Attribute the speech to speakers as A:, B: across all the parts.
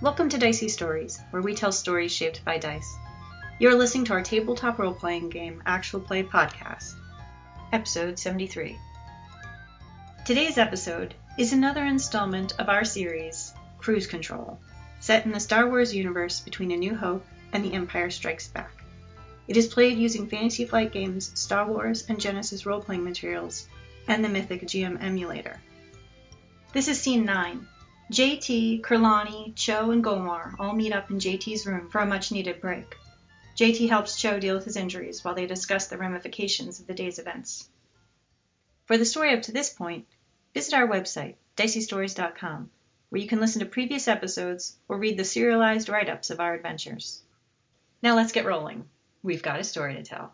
A: Welcome to Dicey Stories, where we tell stories shaped by dice. You're listening to our tabletop role playing game Actual Play podcast, episode 73. Today's episode is another installment of our series, Cruise Control, set in the Star Wars universe between A New Hope and The Empire Strikes Back. It is played using Fantasy Flight Games, Star Wars, and Genesis role playing materials, and the Mythic GM emulator. This is scene 9. JT, Kurlani, Cho, and Gomar all meet up in JT's room for a much needed break. JT helps Cho deal with his injuries while they discuss the ramifications of the day's events. For the story up to this point, visit our website, diceystories.com, where you can listen to previous episodes or read the serialized write ups of our adventures. Now let's get rolling. We've got a story to tell.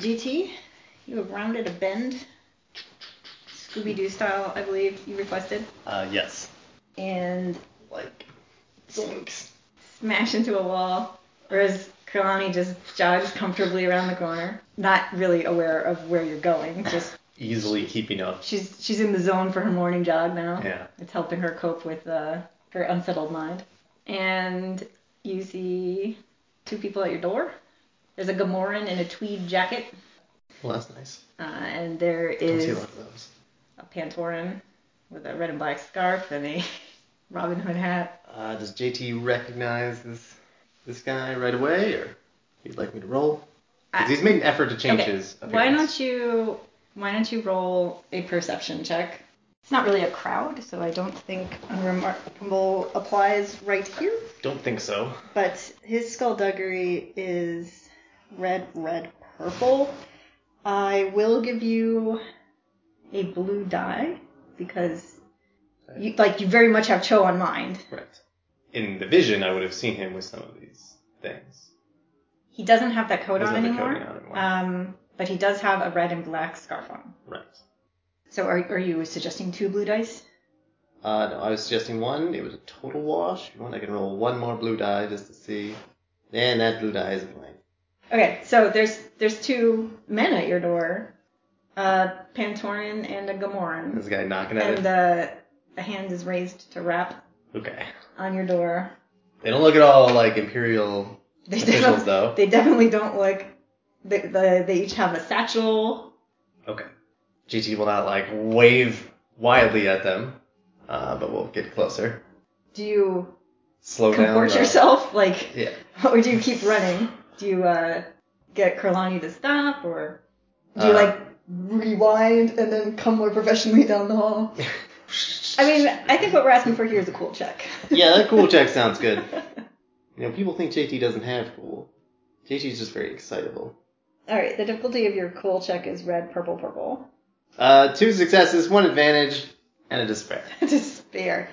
A: GT, you have rounded a bend, Scooby Doo style, I believe you requested,
B: Uh, yes.
A: and
B: Like, zoinks.
A: smash into a wall, or as Kalani just jogs comfortably around the corner, not really aware of where you're going. Just
B: Easily keeping up.
A: she's she's in the zone for her morning jog now.
B: Yeah.
A: It's helping her cope with uh, her unsettled mind. And you see two people at your door. There's a Gamoran in a tweed jacket,
B: Well, that's nice.
A: uh, and there
B: Don't see a
A: is
B: lot of those.
A: a Pantoran with a red and black scarf and a Robin Hood hat.
B: Uh, does JT recognize this this guy right away, or he'd like me to roll? 'Cause
A: I-
B: he's made an effort to change
A: Okay,
B: his appearance.
A: Why don't you why don't you roll a perception check? It's not really a crowd, so I don't think unremarkable applies right here.
B: Don't think so.
A: But his skullduggery is red, red, purple. I will give you a blue dye because you like you very much have Cho on mind.
B: Right. In the vision, I would have seen him with some of these things.
A: He doesn't have that coat on
B: Doesn't have the
A: anymore.
B: coat on anymore.
A: Um, but he does have a red and black scarf on.
B: Right.
A: So are, are you suggesting two blue dice?
B: Uh, no, I was suggesting one. It was a total wash. If you want, I can roll one more blue die just to see. And that blue die is a blank.
A: Okay, so there's there's two men at your door, a Pantoran and a Gamoran,
B: This guy knocking at
A: and
B: it.
A: uh, a hand is raised to rap
B: Okay.
A: on your door.
B: They don't look at all like imperial
A: They
B: officials,
A: don't,
B: though.
A: they definitely don't look. They, the, they each have a satchel.
B: Okay. GT will not like wave wildly at them, uh, but we'll get closer.
A: Do you
B: Slow down.
A: comport
B: the-
A: yourself, like,
B: Yeah.
A: or do you keep running? Do you uh, get Kurlani to stop, or do you
B: Uh,
A: like rewind and then come more professionally down the hall? I mean, I think what we're asking for here is a cool check.
B: yeah, that cool check sounds good. You know, people think JT doesn't have cool. JT's just very excitable.
A: All right, the difficulty of your cool check is red, purple, purple.
B: Uh, two successes, one advantage, and a despair.
A: Despair.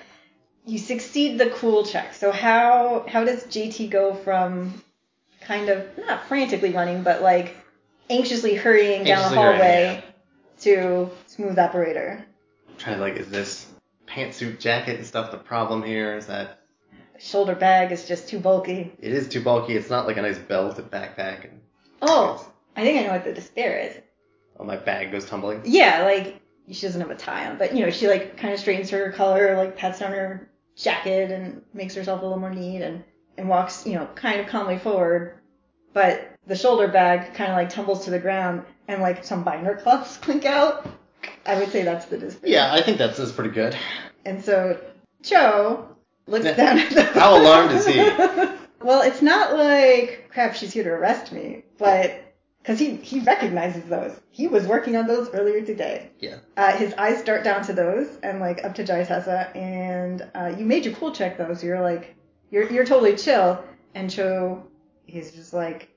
A: You succeed the cool check. So how how does JT go from kind of not frantically running, but like anxiously hurrying down the
B: Anxiously
A: hallway
B: hurrying,
A: to smooth operator?
B: Trying to like, is this pantsuit jacket and stuff the problem here? Is that
A: Shoulder bag is just too bulky.
B: it is too bulky? It's not like a nice belt and backpack, and
A: Oh, I think I know what the despair is.
B: oh, my bag goes tumbling.
A: Yeah, like she doesn't have a tie on, but you know, she like kind of straightens her collar, like pats down her jacket and makes herself a little more neat and and walks, you know, kind of calmly forward. But the shoulder bag kind of like tumbles to the ground and like some binder cloths clink out. I would say that's the display.
B: Yeah, I think that's, that's pretty good.
A: And so Cho looks
B: Yeah.
A: down at the
B: How alarmed is he?
A: well, it's not like crap. She's here to arrest me, but because he he recognizes those. He was working on those earlier today.
B: Yeah.
A: Uh, his eyes dart down to those and like up to Jaisasa, and uh, you made your cool check though, so you're like you're you're totally chill. And Cho, he's just like,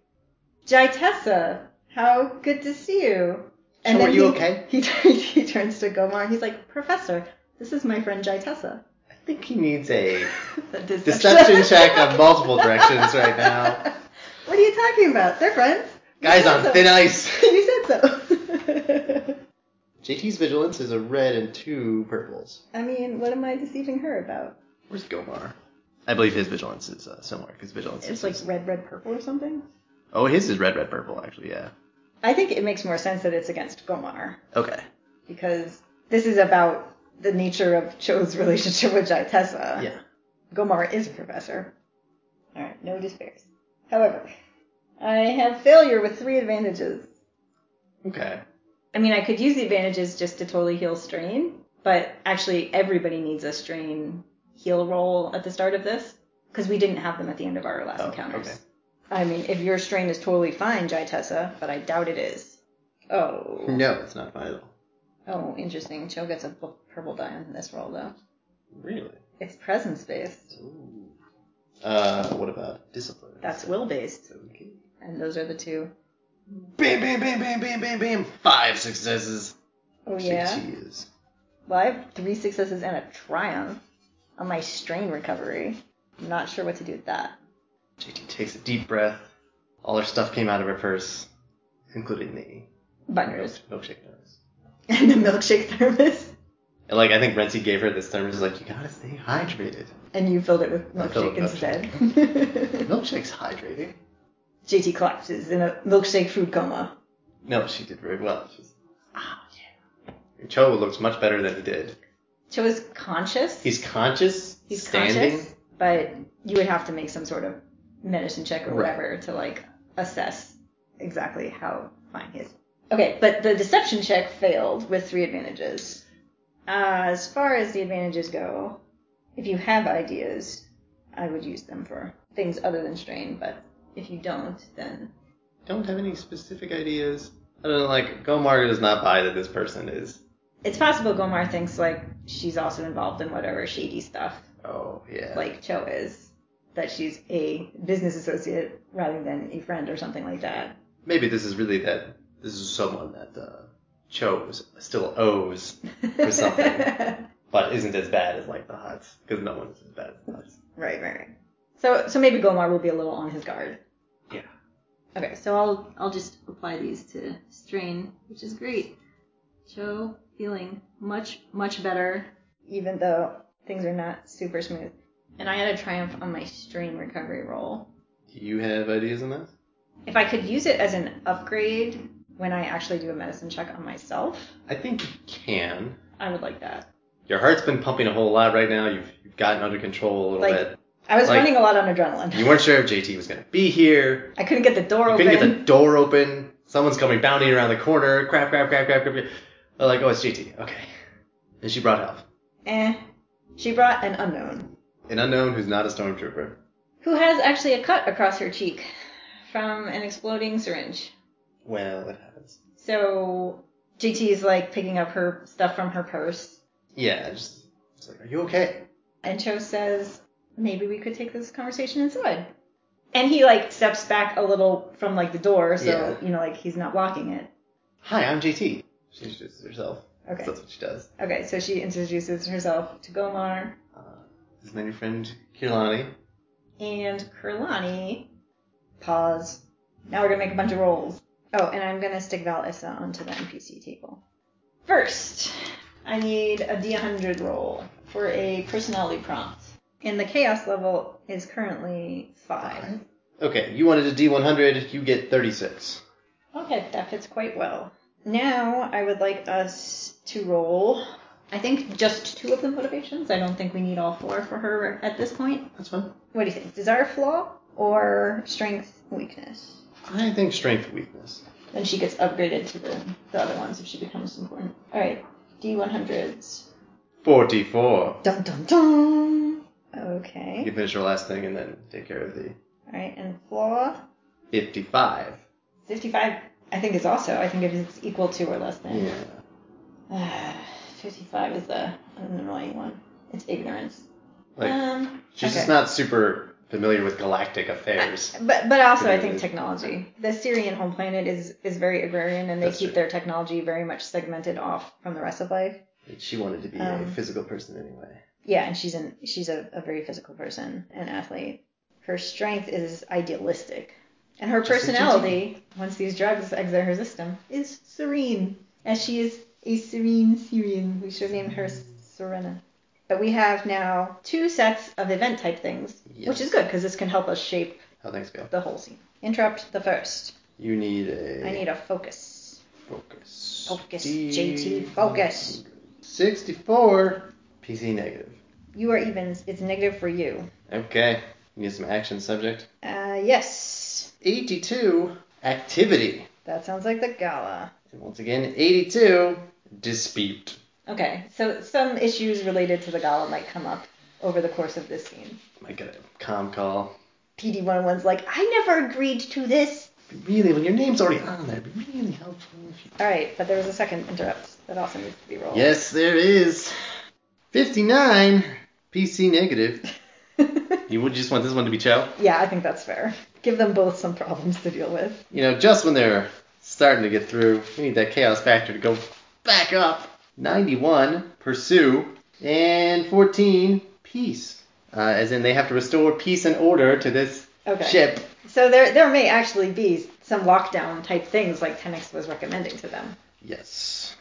A: Jai Tessa, how good to see you. And
B: Cho, are
A: then
B: you
A: he,
B: okay?
A: He, turns he turns to Gomar. and He's like, Professor, this is my friend Jai Tessa.
B: I think he needs a
A: The deception.
B: deception check on multiple directions right now.
A: What are you talking about? They're friends. You
B: Guys
A: said
B: on
A: so.
B: thin ice.
A: you said so.
B: JT's vigilance is a red and two purples.
A: I mean, what am I deceiving her about?
B: Where's Gomar? I believe his vigilance is uh, similar because vigilance is
A: It's like red, red, purple or something.
B: oh his is red red purple actually yeah
A: I think it makes more sense that it's against Gomar
B: okay
A: because this is about the nature of Cho's relationship with Jai Tessa.
B: Yeah.
A: Gomar is a professor. Alright, no despairs. However, I have failure with three advantages.
B: Okay.
A: I mean, I could use the advantages just to totally heal strain, but actually, everybody needs a strain heal roll at the start of this because we didn't have them at the end of our last
B: Oh,
A: encounters.
B: okay.
A: I mean, if your strain is totally fine, Jai Tessa, but I doubt it is. Oh.
B: No, it's not fine at all.
A: Oh, interesting. Cho gets a bu- purple die on this roll, though.
B: Really?
A: It's presence based.
B: Ooh. Uh, what about discipline?
A: That's will based.
B: Okay.
A: And those are the two.
B: Bam, bam, bam, bam, bam, bam, bam. Five successes.
A: Oh,
B: Six
A: yeah?
B: years.
A: Well, I have three successes and a triumph on my strain recovery. I'm not sure what to do with that.
B: JT takes a deep breath. All her stuff came out of her purse, including the
A: Binders.
B: milkshake notes.
A: And the milkshake thermos.
B: And like I think Renzi gave her this thermos. She's like, you gotta stay hydrated.
A: And you filled it with
B: I filled
A: milkshake
B: it with
A: instead.
B: Milkshake's hydrating.
A: JT collapses in a milkshake food coma.
B: No, she did very well. She's, ah, yeah. Cho looks much better than he did.
A: Cho is conscious.
B: He's conscious,
A: He's
B: standing.
A: conscious, but you would have to make some sort of medicine check or
B: Right.
A: whatever to like assess exactly how fine he is. Okay, but the deception check failed with three advantages. Uh, as far as the advantages go, if you have ideas, I would use them for things other than strain, but if you don't, then
B: Don't have any specific ideas. I don't know, like, Gomar does not buy that this person is.
A: it's possible Gomar thinks like she's also involved in whatever shady stuff
B: Oh, yeah.
A: like Cho is, that she's a business associate rather than a friend or something like that.
B: Maybe this is really that. This is someone that uh, Cho is- still owes, Or something. but isn't as bad as, like, the Huts. Because no one is as bad as the Huts.
A: Right, right, right. So, so maybe Gomar will be a little on his guard.
B: Yeah.
A: Okay, so I'll I'll just apply these to strain, which is great. Cho feeling much much better, even though things are not super smooth. And I had a triumph on my strain recovery roll.
B: Do you have ideas on this?
A: If I could use it as an upgrade when I actually do a medicine check on myself,
B: I think you can.
A: I would like that.
B: Your heart's been pumping a whole lot right now. You've, you've gotten under control a little
A: Like-
B: bit.
A: I was
B: Like-
A: running a lot on adrenaline.
B: You weren't sure if JT was going to be here.
A: I couldn't get the door
B: You
A: open.
B: couldn't get the door open. Someone's coming bounding around the corner. Crap, crap, crap, crap, crap. crap. They're like, oh, it's GT. Okay. And she brought help.
A: Eh. She brought an unknown
B: An unknown who's not a stormtrooper.
A: who has actually a cut across her cheek from an exploding syringe.
B: Well, it happens.
A: So JT is like picking up her stuff from her purse,
B: Yeah, just, it's like, are you okay?
A: and Cho says, "Maybe we could take this conversation inside." And he like steps back a little from like the door, so
B: Yeah.
A: you know like he's not blocking it.
B: Hi, I'm JT. She introduces herself.
A: Okay.
B: That's what she does.
A: Okay, so she introduces herself to Gomar
B: Uh, this is my new friend, Kirlani.
A: and Kurlani. Pause. Now we're gonna make a bunch of rolls. Oh, and I'm gonna stick Val Issa onto the NPC table. First, I need a D100 roll for a personality prompt. And the chaos level is currently 5.
B: Okay, you wanted a D100, you get 36.
A: Okay, that fits quite well. Now I would like us to roll. I think just two of the motivations. I don't think we need all four for her at this point.
B: That's fun.
A: What do you think? Desire flaw or strength weakness?
B: I think strength weakness.
A: Then she gets upgraded to the, the other ones if she becomes important. All right, D100s.
B: 44.
A: Dun dun dun.
B: You
A: Okay.
B: can finish your last thing and then take care of the
A: All right, and flaw
B: 55.
A: 55. I think is also. I think if it's equal to or less than.
B: Yeah.
A: Ah, 55 is the an annoying one. It's ignorance.
B: Like,
A: um.
B: She's just
A: Okay.
B: not super familiar with galactic affairs.
A: But but also I think
B: Ignorance.
A: technology. The Syrian home planet is is very agrarian and they
B: That's
A: keep
B: true.
A: their technology very much segmented off from the rest of life.
B: She wanted to be a
A: Um,
B: physical person anyway.
A: Yeah, and she's an she's a, a very physical person, an athlete. Her strength is idealistic. And her
B: Just like
A: personality, once these drugs exit her system, is serene. As she is a serene Syrian. We should name her Serena. But we have now two sets of event type things, which
B: Yes.
A: is good because this can help us shape
B: How things go.
A: the whole scene. Interrupt the first.
B: You need a
A: I need a focus.
B: focus.
A: Focus,
B: D-
A: JT, focus.
C: 64.
B: PC negative.
D: You are even. It's negative for you.
B: Okay. You need some action subject.
D: Uh, yes.
C: 82.
B: Activity.
D: That sounds like the gala.
B: And once again, 82. Dispute.
D: Okay, so some issues related to the gala might come up over the course of this game.
B: Might get a com call.
D: PD11's like, I never agreed to this.
B: Be Really, when your name's already on there, it'd be really helpful if you.
D: All right, but there was a second interrupt that also needs to be rolled.
B: Yes, there is. 59. PC negative. You would just want this one to be chow?
D: yeah, I think that's fair. Give them both some problems to deal with.
B: You know, just when they're starting to get through, we need that chaos factor to go back up. 91, pursue, and 14, peace. Uh, as in, they have to restore peace and order to this
D: Okay.
B: ship.
D: So there, there may actually be some lockdown type things like Tenix was recommending to them,
B: Yes.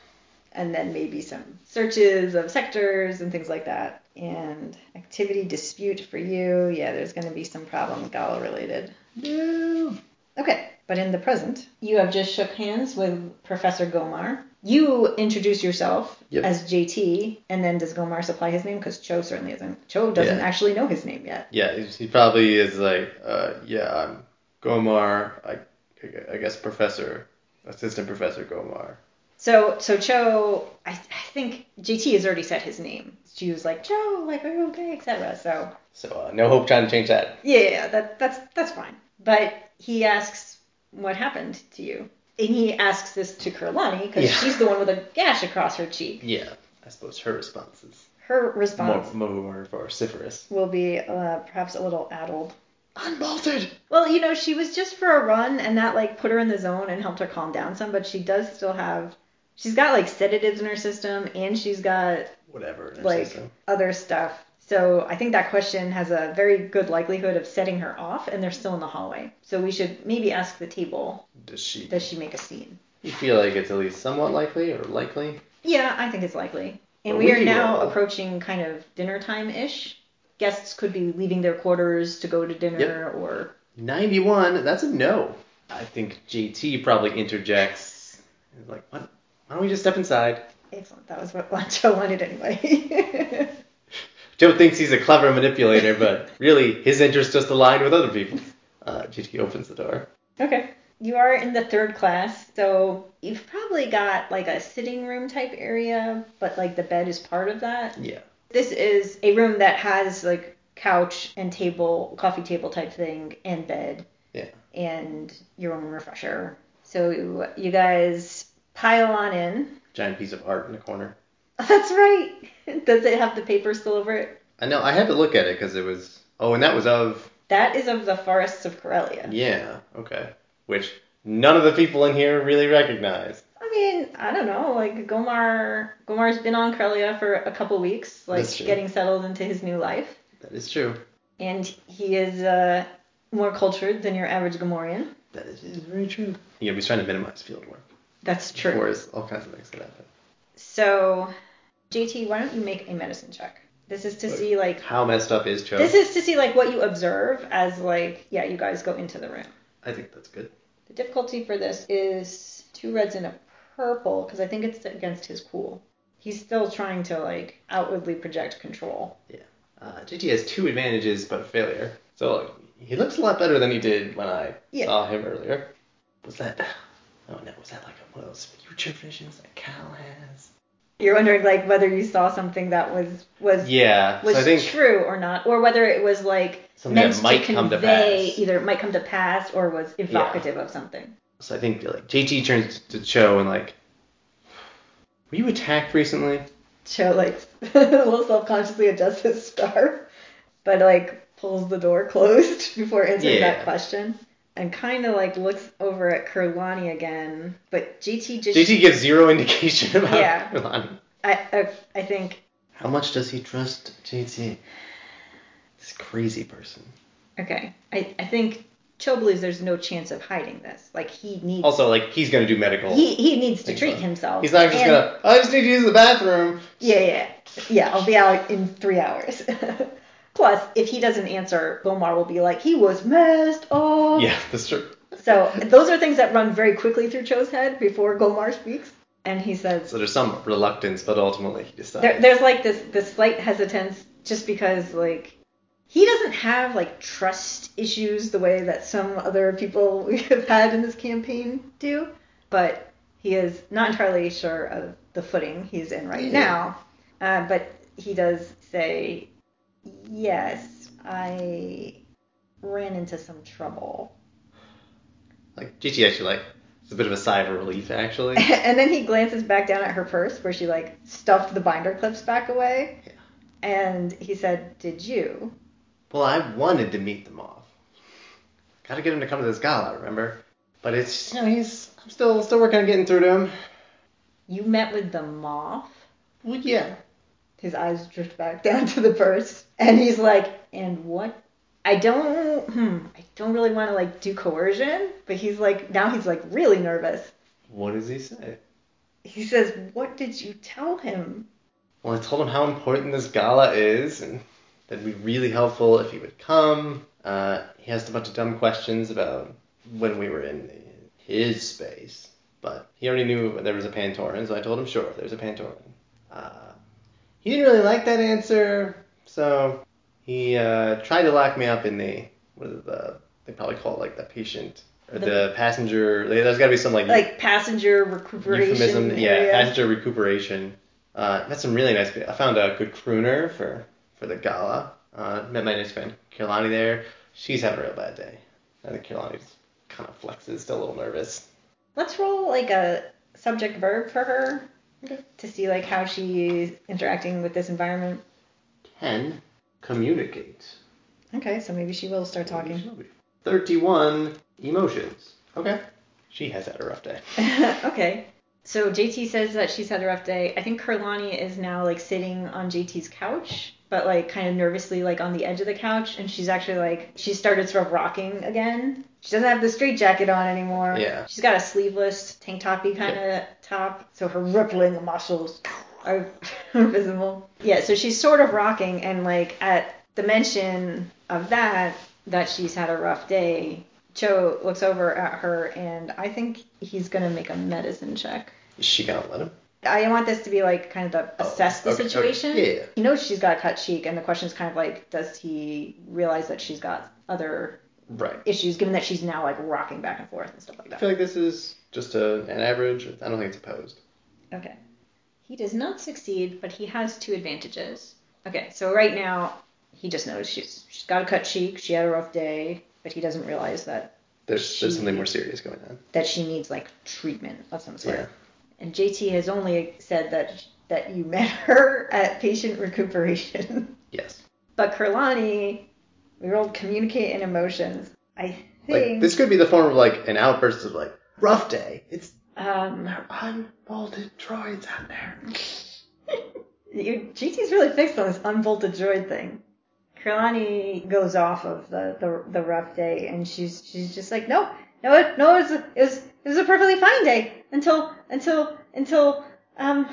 D: and then maybe some searches of sectors and things like that. And activity dispute for you, yeah, there's going to be some problem gala related.
B: No.
D: Okay, but in the present, you have just shook hands with Professor Gomar. You introduce yourself
B: Yep.
D: as JT, and then does Gomar supply his name? Because Cho certainly isn't. Cho doesn't
B: Yeah.
D: actually know his name yet.
B: Yeah, he probably is like, uh, yeah, I'm Gomar, I, I guess professor, assistant professor Gomar.
D: So, so Cho, I, I think JT has already said his name. She was like, Cho, like, are you okay, etc. So,
B: So, uh, no hope trying to change that.
D: yeah, yeah, yeah, that, that's that's fine. But he asks what happened to you, and he asks this to Kurlani because
B: Yeah.
D: she's the one with a gash across her cheek.
B: Yeah, I suppose her response is
D: Her
B: more,
D: response
B: more vociferous.
D: will be uh, perhaps a little addled.
B: Unbolted!
D: Well, you know, she was just for a run, and that like put her in the zone and helped her calm down some. But she does still have, she's got like sedatives in her system, and she's got
B: Whatever. in her
D: like
B: system.
D: other stuff. So I think that question has a very good likelihood of setting her off, and they're still in the hallway. So we should maybe ask the table,
B: Does she?
D: does she make a scene?
B: You feel like it's at least somewhat likely or likely?
D: Yeah, I think it's likely. And
B: Well,
D: we
B: we
D: are now
B: will.
D: approaching kind of dinner time ish. Guests could be leaving their quarters to go to dinner or
B: 91, that's a no. I think JT probably interjects. He's like, what? Why don't we just step inside?
D: Excellent. That was what Lancho wanted anyway.
B: Joe thinks he's a clever manipulator, but really, his interests just aligned with other people's. Uh, JT opens the door.
D: okay. You are in the third class, so you've probably got like a sitting room type area, but like the bed is part of that.
B: Yeah.
D: This is a room that has like couch and table, coffee table type thing, and bed.
B: Yeah.
D: And your own refresher. So you- you guys pile on in.
B: Giant piece of art in the corner.
D: That's right. Does it have the paper still over it?
B: I know, I had to look at it because it was. Oh, and that was of.
D: That is of the forests of Corellia.
B: Yeah, okay. Which none of the people in here really recognize.
D: I mean, I don't know. Like Gomar, Gomar's been on Corellia for a couple weeks, like
B: That's true.
D: getting settled into his new life,
B: That is true.
D: and he is uh, more cultured than your average Gomorian.
B: That is, is very true. Yeah, he's trying to minimize field work.
D: That's
B: Or is all kinds of things could happen.
D: So, JT, why don't you make a medicine check? This is to
B: Wait.
D: see like
B: How messed up is Cho?
D: this is to see like what you observe as like yeah, you guys go into the room.
B: I think that's good.
D: The difficulty for this is two reds and a purple because I think it's against his cool. He's still trying to like outwardly project control.
B: Uh, JT has two advantages, but a failure. So like, he looks a lot better than he did when I
D: Yeah.
B: saw him earlier. Was that? Oh no, was that like one of those future visions that Cal has?
D: You're wondering like whether you saw something that was was
B: Yeah.
D: was
B: so I think
D: true or not, or whether it was like
B: Something that
D: meant
B: might
D: to
B: come to
D: convey
B: pass.
D: either it might come to pass or was evocative of something.
B: so. I think like JT turns to Cho and like, were you attacked recently?
D: Cho like a little self consciously adjusts his scarf, but like pulls the door closed before answering
B: Yeah.
D: that question. And kind of like looks over at Kurlani again, but GT just
B: JT gives zero indication about
D: Yeah.
B: Milani.
D: I, I I think
B: How much does he trust JT? This crazy person.
D: okay I, I think Cho believes there's no chance of hiding this. Like he needs
B: Also, like he's gonna do medical.
D: he, he needs to
B: Think
D: treat
B: so.
D: himself.
B: He's not just
D: And-
B: gonna. I just need to use the bathroom.
D: Yeah, yeah, yeah. I'll be out in three hours. Plus, if he doesn't answer, Gomar will be like, he was messed up.
A: Oh.
B: Yeah, that's true.
D: So those are things that run very quickly through Cho's head before Gomar speaks.
A: and he says
B: So there's some reluctance, but ultimately he decides.
A: there, there's like this this slight hesitance just because like he doesn't have like trust issues the way that some other people we have had in this campaign do, but he is not entirely sure of the footing he's in right
B: Yeah.
A: now. Uh, but he does say, "Yes, I ran into some trouble."
B: Like Gigi actually like it's a bit of a sigh of relief actually.
A: and then he glances back down at her purse where she like stuffed the binder clips back away
B: Yeah.
A: and he said did you
B: well, I wanted to meet them off. Gotta get him to come to this gala, remember? But it's just, you know, he's I'm still still working on getting through to him.
A: you met with the moth
B: Well yeah.
A: his eyes drift back down to the purse and he's like and what i don't hmm i don't really want to like do coercion but he's like now he's like really nervous
B: What does he say?
A: he says what did you tell him
B: Well, I told him how important this gala is, and that it'd be really helpful if he would come. Uh, he asked a bunch of dumb questions about when we were in his space, but he already knew there was a Pantoran, so I told him, sure, there's a Pantoran. Uh, he didn't really like that answer, so he uh, tried to lock me up in the, what is it, the, they probably call it like the patient, or the,
A: The-
B: passenger, there's gotta be some like
A: like passenger recuperation
B: euphemism. Yeah,
A: area.
B: passenger recuperation. Uh, met some really nice. pe- I found a good crooner for for the gala. Uh, met my nice friend Kirlani there. She's having a real bad day. I think Kirlani's kind of flexes, still a little nervous.
A: Let's roll like a subject verb for her
B: Okay.
A: to see like how she's interacting with this environment.
B: Ten, communicate.
A: Okay, so maybe she will start talking.
B: Thirty-one, emotions. Okay. She has had a rough day.
A: okay. So JT says that she's had a rough day. I think Kurlani is now like sitting on JT's couch, but like kind of nervously like on the edge of the couch and she's actually like she started sort of rocking again. She doesn't have the straight jacket on anymore.
B: Yeah.
A: She's got a sleeveless tank toppy kind of top, so her rippling muscles are visible. Yeah, so she's sort of rocking, and like at the mention of that, that she's had a rough day, Cho looks over at her, and I think he's gonna make a medicine check.
B: Is she gonna let him?
A: I want this to be like kind of the
B: Oh,
A: assess the
B: okay, okay.
A: situation.
B: Yeah.
A: He knows she's got a cut cheek, and the question is kind of like, does he realize that she's got other
B: Right.
A: issues, given that she's now like rocking back and forth and stuff like
B: I
A: that?
B: feel like this is just a, an average. I don't think it's opposed.
A: Okay. He does not succeed, but he has two advantages. Okay, so right now he just knows she's she's got a cut cheek, she had a rough day, but he doesn't realize that
B: There's there's
A: She-
B: something more serious going on.
A: that she needs like treatment of some sort.
B: Yeah.
A: And JT has only said that that you met her at patient recuperation.
B: Yes.
A: but Kurlani, we rolled communicate and emotions. I
B: Like
A: think
B: this could be the form of like an outburst of like rough day. It's
A: um
B: unbolted droids out there.
A: You, GT's really fixed on this unbolted droid thing. Kirlani goes off of the, the the rough day, and she's she's just like, no, no, it, no, it was, a- it was it was a perfectly fine day until until until um,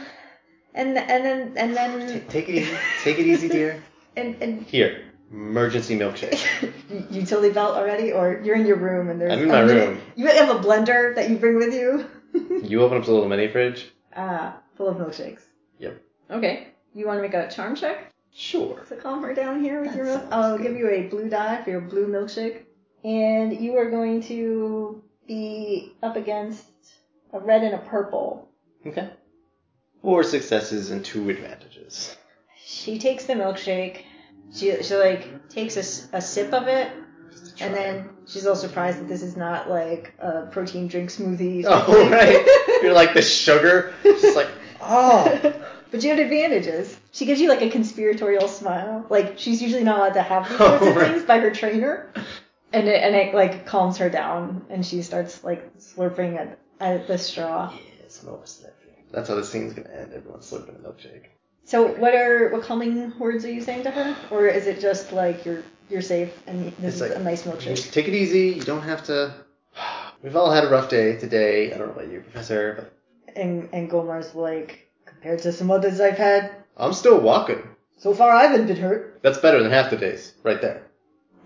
A: and and then and then
B: Take it easy. Take it easy, dear.
A: and and
B: Here, emergency milkshake.
A: you- utility belt already, or you're in your room and there's
B: I'm in my
A: a mini-
B: room.
A: You have a blender that you bring with you,
B: You open up the little mini fridge.
A: uh, full of milkshakes.
B: Yep.
A: Okay, you want to make a charm check?
B: Sure.
A: So calm her down here with
B: That
A: your milk.
B: sounds
A: I'll
B: good.
A: give you a blue die for your blue milkshake. And you are going to be up against a red and a purple.
B: Okay. Four successes and two advantages.
A: She takes the milkshake. She, she like takes a, s- a sip of it.
B: Just to
A: And
B: try.
A: then she's all surprised that this is not like a protein drink smoothie.
B: Oh right. You're like the sugar. Just like oh.
A: But you have advantages. She gives you like a conspiratorial smile. Like she's usually not allowed to have these
B: Oh,
A: sorts of
B: right.
A: things by her trainer. And it and it like calms her down and she starts like slurping at, at the straw.
B: Yeah, some oversniffing. That's how this scene's gonna end. Everyone's slurping a milkshake.
A: So what are what calming words are you saying to her? Or is it just like you're you're safe and this
B: It's
A: is
B: like-
A: a nice
B: You
A: milkshake?
B: just take it easy. You don't have to. We've all had a rough day today. I don't know about you, Professor, but
A: And and Gomar's like, compared to some others I've had,
B: I'm still walking.
A: so far I haven't been hurt.
B: That's better than half the days, right there.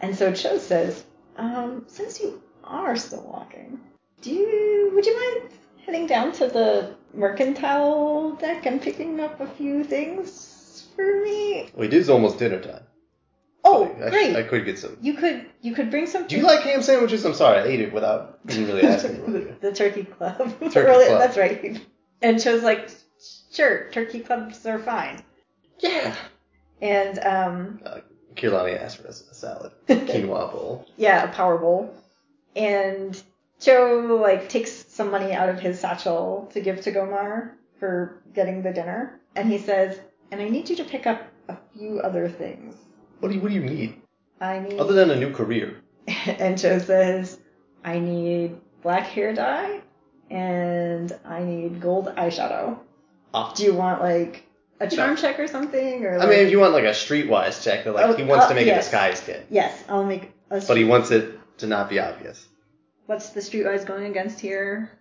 A: And so Cho says, um, since you are still walking, do you, would you mind heading down to the mercantile deck and picking up a few things for me.
B: Well, it is almost dinner time.
A: Oh,
B: I,
A: great!
B: I could get some.
A: you could you could bring some.
B: Do you like ham sandwiches? I'm sorry, I ate it without even really asking. for
A: the,
B: it.
A: the Turkey Club.
B: Turkey
A: Really,
B: Club.
A: That's right. And she was like, sure, Turkey Clubs are fine.
B: Yeah.
A: And um,
B: Uh, Kirlani asked for a s- salad, quinoa bowl.
A: yeah, a Power Bowl. And Cho like takes some money out of his satchel to give to Gomar for getting the dinner, and he says, "And I need you to pick up a few other things.
B: What do you What do you need
A: I need."
B: other than a new career?
A: and Cho says, "I need black hair dye, and I need gold eyeshadow.
B: Ah.
A: Do you want like a charm check or something? Or
B: I
A: like,
B: mean, if you want like a streetwise check, that like
A: Oh,
B: he wants
A: uh,
B: to make
A: yes.
B: a disguise kit,
A: yes, I'll make a.
B: but he wants it to not be obvious.
A: What's the streetwise going against here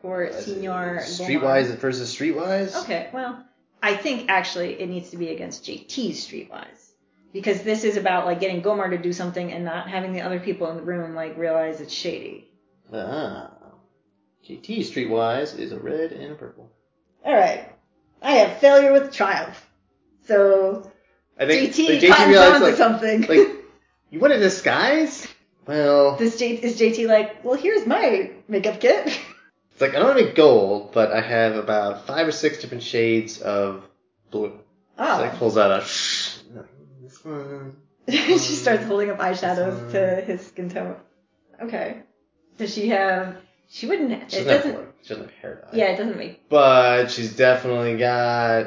A: for Senor
B: Streetwise versus streetwise.
A: Okay, well, I think actually it needs to be against JT's Streetwise. Because this is about like getting Gomar to do something and not having the other people in the room like realize it's shady.
B: Ah. GT Streetwise is a red and a purple.
A: All right, I have failure with triumph. So
B: I
A: JT
B: like,
A: cotton
B: realized,
A: Jones or
B: like,
A: something.
B: like you want a disguise? Well,
A: this J- is JT like, well, here's my makeup kit.
B: it's like I don't have any gold, but I have about five or six different shades of blue.
A: Oh,
B: So he pulls out a. This one. um,
A: she starts holding up eyeshadows to his skin tone. Okay, does she have? She wouldn't.
B: She
A: it
B: doesn't,
A: doesn't.
B: have blue. She doesn't have hair dye.
A: Yeah, it doesn't make.
B: But she's definitely got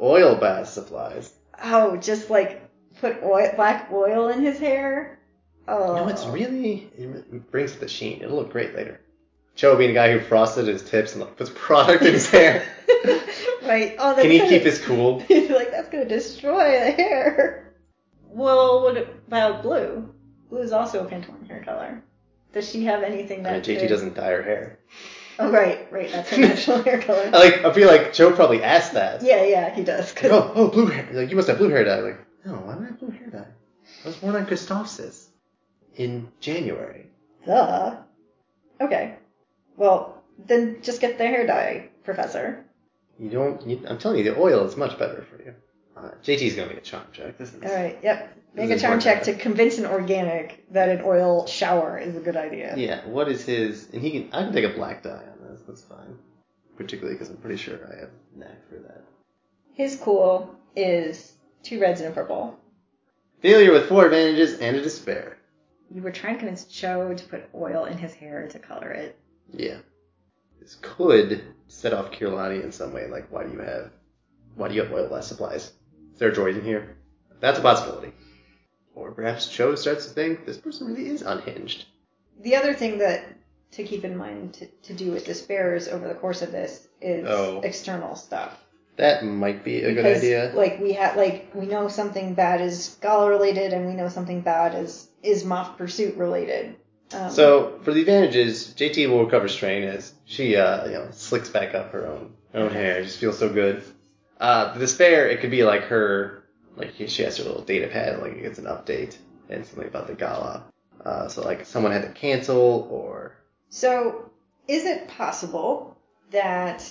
B: oil bath supplies.
A: Oh, just like put oil, black oil in his hair. Oh,
B: No, it's really it really brings the sheen. It'll look great later. Joe being a guy who frosted his tips and like puts product in his hair.
A: right. Oh, that's
B: Can he
A: gonna-
B: keep his cool?
A: He's like, that's gonna destroy the hair. Well, what about blue? Blue is also a Pantone hair color. Does she have anything
B: I mean,
A: that
B: JT
A: could-
B: doesn't dye her hair.
A: Oh, right, right. That's her natural hair color.
B: I like. I feel like Joe probably asked that.
A: Yeah, yeah, he does. 'cause-
B: Like, oh, oh, blue hair. Like you must have blue hair dye. Like, no, why do I have blue hair dye? I was born on Christophsis in January.
A: Duh. Okay. Well, then just get the hair dye, Professor.
B: You don't. You, I'm telling you, the oil is much better for you. Uh, JT's gonna make a charm check. This is
A: All right. Yep. Make a
B: This is
A: charm check to
B: important.
A: convince an organic that an oil shower is a good idea.
B: Yeah, what is his? And he can. I can take a black die on this. That's fine. Particularly because I'm pretty sure I have knack for that.
A: His cool is two reds and a purple.
B: Failure with four advantages and a despair.
A: You were trying to convince Cho to put oil in his hair to color it.
B: Yeah, this could set off Kirlani in some way. Like, why do you have? Why do you have oil less supplies? Is there a droid in here? That's a possibility. Or perhaps Cho starts to think this person really is unhinged.
A: The other thing that to keep in mind to, to do with despairs over the course of this is
B: Oh.
A: external stuff.
B: That might be a good
A: Because,
B: idea.
A: Like we have, like we know something bad is Gala related, and we know something bad is is Moth Pursuit related. Um,
B: So for the advantages, JT will recover strain as she uh, you know slicks back up her own her own hair. It just feels so good. Uh, the despair, it could be like her like she has her little data pad, like it gets an update and something about the gala. Uh, so like someone had to cancel or
A: so is it possible that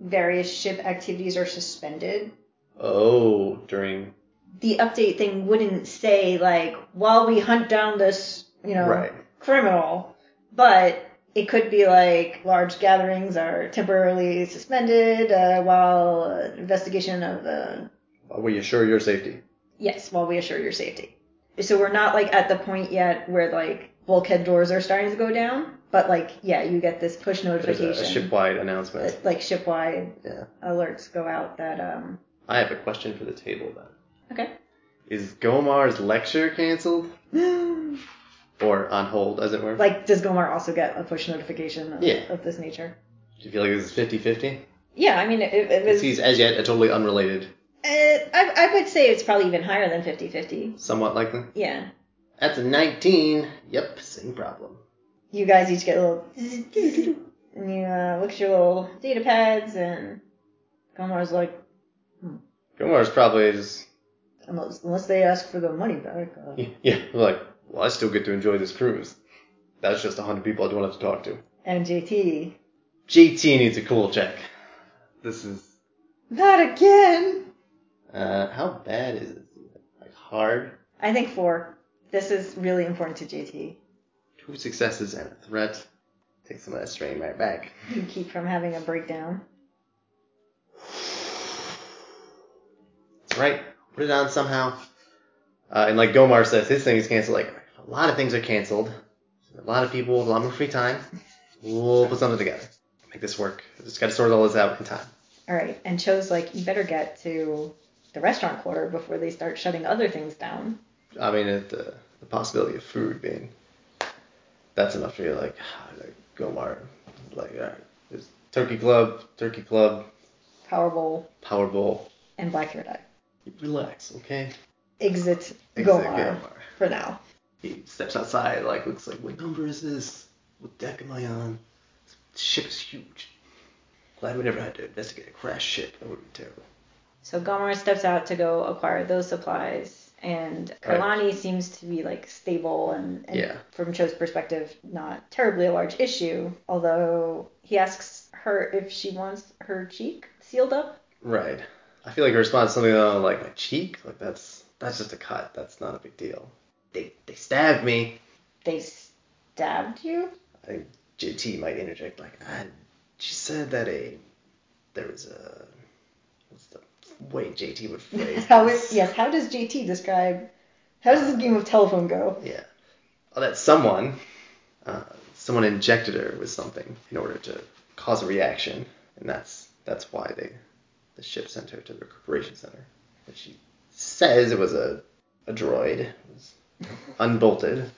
A: various ship activities are suspended?
B: oh during
A: The update thing wouldn't say like while we hunt down this, you know,
B: right
A: criminal, but it could be like large gatherings are temporarily suspended uh, while uh, investigation of the
B: were you sure your safety?
A: Yes, while we assure your safety. So we're not like at the point yet where like bulkhead doors are starting to go down, but like yeah, you get this push
B: There's
A: notification.
B: a, a shipwide
A: that,
B: announcement.
A: like shipwide
B: Yeah.
A: alerts go out that um
B: I have a question for the table then.
A: okay.
B: Is Gomar's lecture canceled or on hold, as it were?
A: like does Gomar also get a push notification of,
B: Yeah.
A: of this nature?
B: Do you feel like this is 50-50?
A: Yeah, I mean it, it was
B: He's as yet a totally unrelated,
A: uh, I, I would say it's probably even higher than 50-50.
B: somewhat likely.
A: Yeah.
B: That's a 19. Yep, same problem.
A: You guys each get a little and you uh, look at your little data pads and Gomar's like
B: Gomar's probably just,
A: Unless, unless they ask for the money back. Uh,
B: yeah, like, well, I still get to enjoy this cruise. That's just 100 people I don't have to talk to.
A: and JT
B: JT needs a cool check. This is
A: That again.
B: uh, how bad is it? Like hard,
A: I think four. This is really important to JT.
B: two successes and a threat. Take some of that strain right back.
A: You keep from having a breakdown.
B: That's right. Put it on somehow. Uh, and like Gomar says, his thing is canceled. Like a lot of things are canceled. A lot of people, a lot more free time. We'll put something together. Make this work. Just got to sort all this out in time.
A: All right. And Cho's like, you better get to the restaurant quarter before they start shutting other things down.
B: I mean, it, the, the possibility of food being that's enough for you. Like, ah, like Gomar, like all right, there's Turkey Club, Turkey Club,
A: Powerball
B: Power Bowl.
A: and Black Hair Dye.
B: Relax, okay.
A: Exit
B: Exit
A: Gomar for now.
B: He steps outside, like looks like, what number is this? What deck am I on? This ship is huge. Glad we never had to investigate a crash ship. That would be terrible.
A: So Gomar steps out to go acquire those supplies, and
B: Right.
A: Kalani seems to be like stable and, and
B: Yeah.
A: from Cho's perspective, not terribly a large issue. Although he asks her if she wants her cheek sealed up.
B: Right. I feel like her response is something along like my cheek. Like that's that's just a cut. That's not a big deal. They they stabbed me.
A: They stabbed you.
B: JT might interject like, I, she said that a there was a what's the way JT would phrase
A: How
B: this?
A: is yes? How does JT describe? How does this game of telephone go?
B: Yeah. Oh, that someone, uh, someone injected her with something in order to cause a reaction, and that's that's why they, the ship sent her to the recuperation center. And she says it was a, a droid, it was unbolted.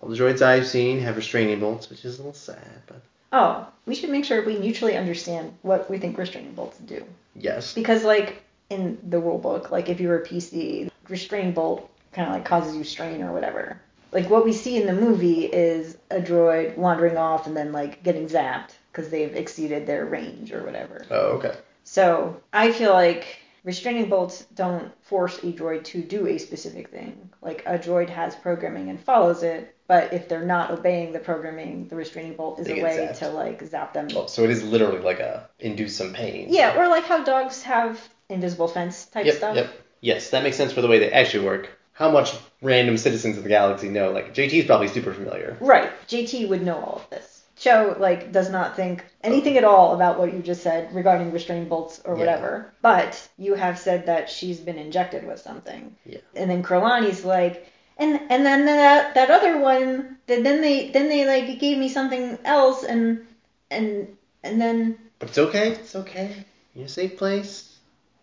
B: All the droids I've seen have restraining bolts, which is a little sad, but
A: Oh, we should make sure we mutually understand what we think restraining bolts do.
B: yes,
A: Because like in the rule book, like if you were a PC, restraining bolt kind of like causes you strain or whatever. Like what we see in the movie is a droid wandering off and then like getting zapped because they've exceeded their range or whatever.
B: oh okay,
A: So I feel like restraining bolts don't force a droid to do a specific thing. Like a droid has programming and follows it, but if they're not obeying the programming, the restraining bolt is
B: They
A: a
B: get
A: way
B: zapped.
A: to like zap them
B: oh, so it is literally like a induce some pain.
A: yeah, or like how dogs have invisible fence type
B: Yep,
A: stuff.
B: yep. Yes, that makes sense for the way they actually work. How much random citizens of the galaxy know? Like JT's probably super familiar.
A: Right. JT would know all of this. Cho like does not think anything at all about what you just said regarding restraining bolts or
B: Yeah.
A: whatever. But you have said that she's been injected with something.
B: Yeah.
A: And then Krolani's like and and then that that other one then then they then they like gave me something else and and and then
B: But it's okay. It's okay. You're in a safe place.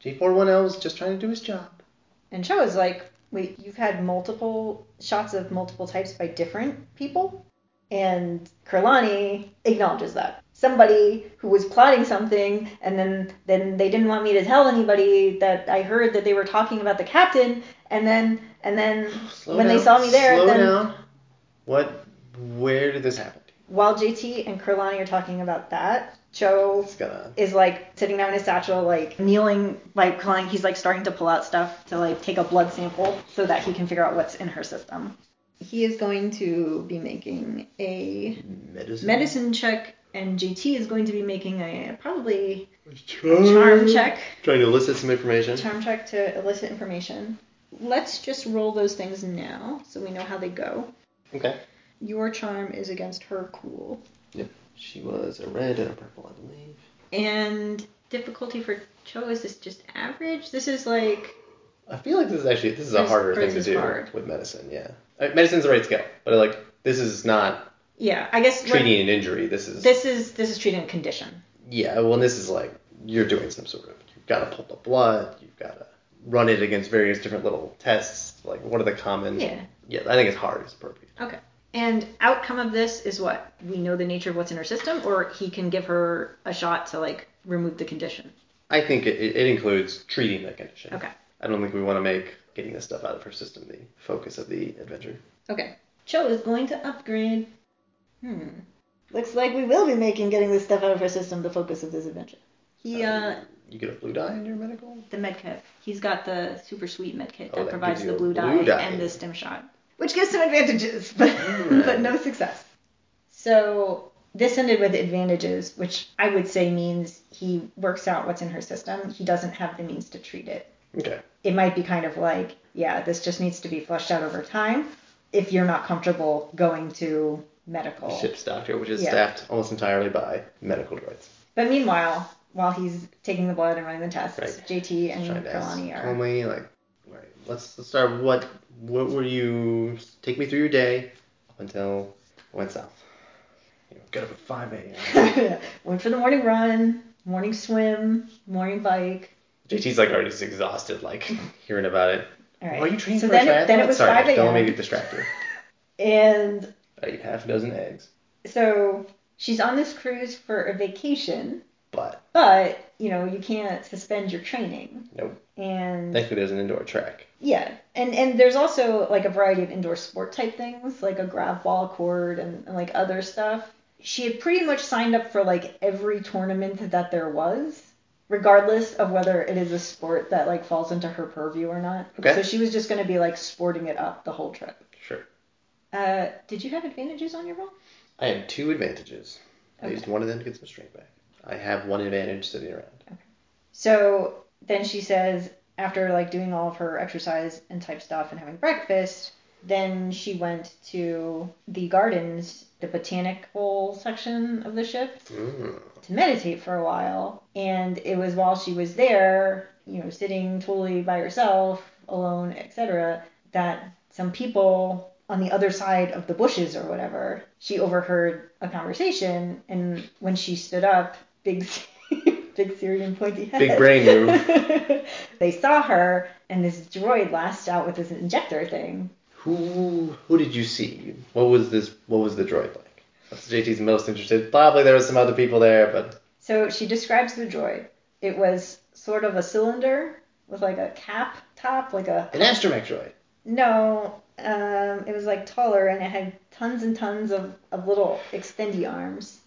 B: G410 was just trying to do his job.
A: and Cho is like, wait, you've had multiple shots of multiple types by different people? And Kurlani acknowledges that. Somebody who was plotting something and then then they didn't want me to tell anybody that I heard that they were talking about the captain and then and then
B: Slow
A: when they
B: down,
A: saw me there
B: slow
A: then
B: down. What? Where did this happen?
A: while JT and Kurlani are talking about that, Cho
B: It's gonna.
A: is like sitting down in his satchel, like kneeling, like crying. He's like starting to pull out stuff to like take a blood sample so that he can figure out what's in her system. He is going to be making a
B: Medicine.
A: medicine check, and JT is going to be making a probably
B: Charm.
A: charm check,
B: Trying to elicit some information.
A: charm check to elicit information. Let's just roll those things now so we know how they go.
B: Okay.
A: Your charm is against her cool,
B: Yep. She was a red and a purple, I believe.
A: and difficulty for Cho is this just average? This is like
B: I feel like this is actually this is a
A: This-
B: harder
A: this
B: thing to
A: is
B: do
A: hard.
B: with medicine. Yeah. Uh, medicine's the right skill, but like this is not
A: yeah, I guess what-
B: treating an injury. This is.
A: This is this is treating a condition.
B: Yeah, well, this is like you're doing some sort of you've got to pull the blood, you've got to run it against various different little tests. Like, what are the common?
A: Yeah.
B: Yeah, I think it's hard. It's appropriate.
A: Okay. And outcome of this is what we know the nature of what's in her system, or he can give her a shot to like remove the condition.
B: I think it, it includes treating that condition.
A: Okay.
B: I don't think we want to make getting this stuff out of her system the focus of the adventure.
A: Okay. Cho is going to upgrade. Hmm. Looks like we will be making getting this stuff out of her system the focus of this adventure. He uh
B: Um, you get a blue dye in your medical.
A: the med kit. He's got the super sweet med kit
B: Oh,
A: that,
B: that
A: provides
B: gives you
A: the
B: a
A: blue, dye,
B: blue dye.
A: and the stim shot, which gives some advantages, but
B: Alright.
A: but no success. So
D: This ended with advantages, which I would say means he works out what's in her system. He doesn't have the means to treat it.
B: Okay.
D: It might be kind of like, yeah, this just needs to be flushed out over time if you're not comfortable going to medical.
B: Ship's doctor, which is
D: Yeah.
B: staffed almost entirely by medical droids.
D: But meanwhile, while he's taking the blood and running the tests,
B: Right.
D: JT
B: Trying
D: and
B: to ask
D: Kalani are.
B: calmly, like, right, let's, let's start. What what were you? Take me through your day up until it went south. You know, got up at 5 a.m.
D: Went for the morning run, morning swim, morning bike.
B: JT's like already exhausted, like hearing about it.
D: All right.
B: Are you training
D: so
B: for
D: then
B: a
D: it, then it
B: triathlon?
D: was
B: Sorry,
D: 5
B: Don't make
D: a.m.
B: it distracted.
D: And
B: I ate half a dozen eggs,
D: so she's on this cruise for a vacation,
B: but
D: but you know you can't suspend your training.
B: Nope.
D: And
B: thankfully there's an indoor track.
D: yeah, and and there's also like a variety of indoor sport type things, like a grab ball court and, and like other stuff. She had pretty much signed up for like every tournament that there was, regardless of whether it is a sport that like falls into her purview or not.
B: Okay.
D: So she was just going to be like sporting it up the whole trip.
B: Sure.
D: Uh, did you have advantages on your roll?
B: I have two advantages. I
D: Okay.
B: used one of them to get some strength back. I have one advantage sitting around.
D: So then she says, after like doing all of her exercise and type stuff and having breakfast, then she went to the gardens, the botanical section of the ship,
B: Mm.
D: to meditate for a while. And it was while she was there, you know, sitting totally by herself, alone, etc., that some people on the other side of the bushes or whatever, she overheard a conversation. And when she stood up, big, big Syrian pointy head.
B: Big brain move.
D: they saw her, and this droid lashed out with this injector thing.
B: Who who did you see? What was this? What was the droid like? That's JT's most interested. Probably there was some other people there, but
D: So she describes the droid. It was sort of a cylinder with like a cap top, like a
B: an astromech droid.
D: no. Um, it was like taller, and it had tons and tons of, of little extendy arms.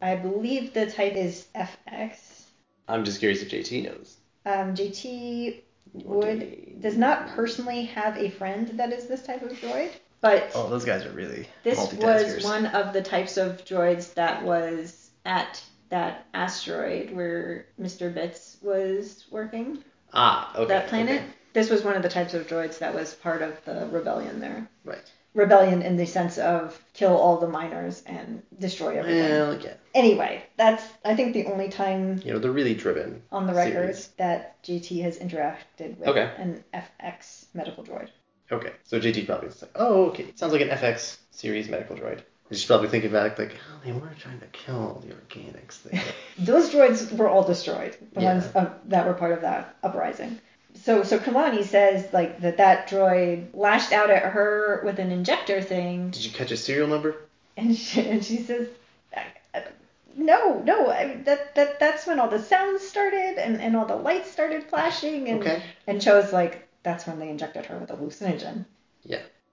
D: I believe the type is FX.
B: I'm just curious if JT knows.
D: Um, JT
B: What do you-
D: would does not personally have a friend that is this type of droid, but
B: Oh, those guys are really
D: This
B: multitaskers.
D: was one of the types of droids that was at that asteroid where Mr. Bitz was working,
B: Ah, okay.
D: that planet.
B: okay.
D: This was one of the types of droids that was part of the rebellion there.
B: Right.
D: Rebellion in the sense of kill all the miners and destroy everything.
B: Well, yeah.
D: Anyway, that's, I think, the only time
B: You know they're really driven.
D: on the record
B: Series.
D: that GT has interacted with
B: Okay.
D: an FX medical droid.
B: Okay, so JT probably is like, oh, okay, sounds like an FX series medical droid. And she's probably thinking back, like, oh, they were trying to kill all the organics. They
D: Those droids were all destroyed, the
B: Yeah.
D: ones uh, that were part of that uprising. So, so Kalani says like that that droid lashed out at her with an injector thing,
B: Did you catch a serial number?
D: and she, and she says, "I- I- "No, no, I, that that that's when all the sounds started and, and all the lights started flashing." And
B: Okay.
D: and Cho's like, "That's when they injected her with a hallucinogen."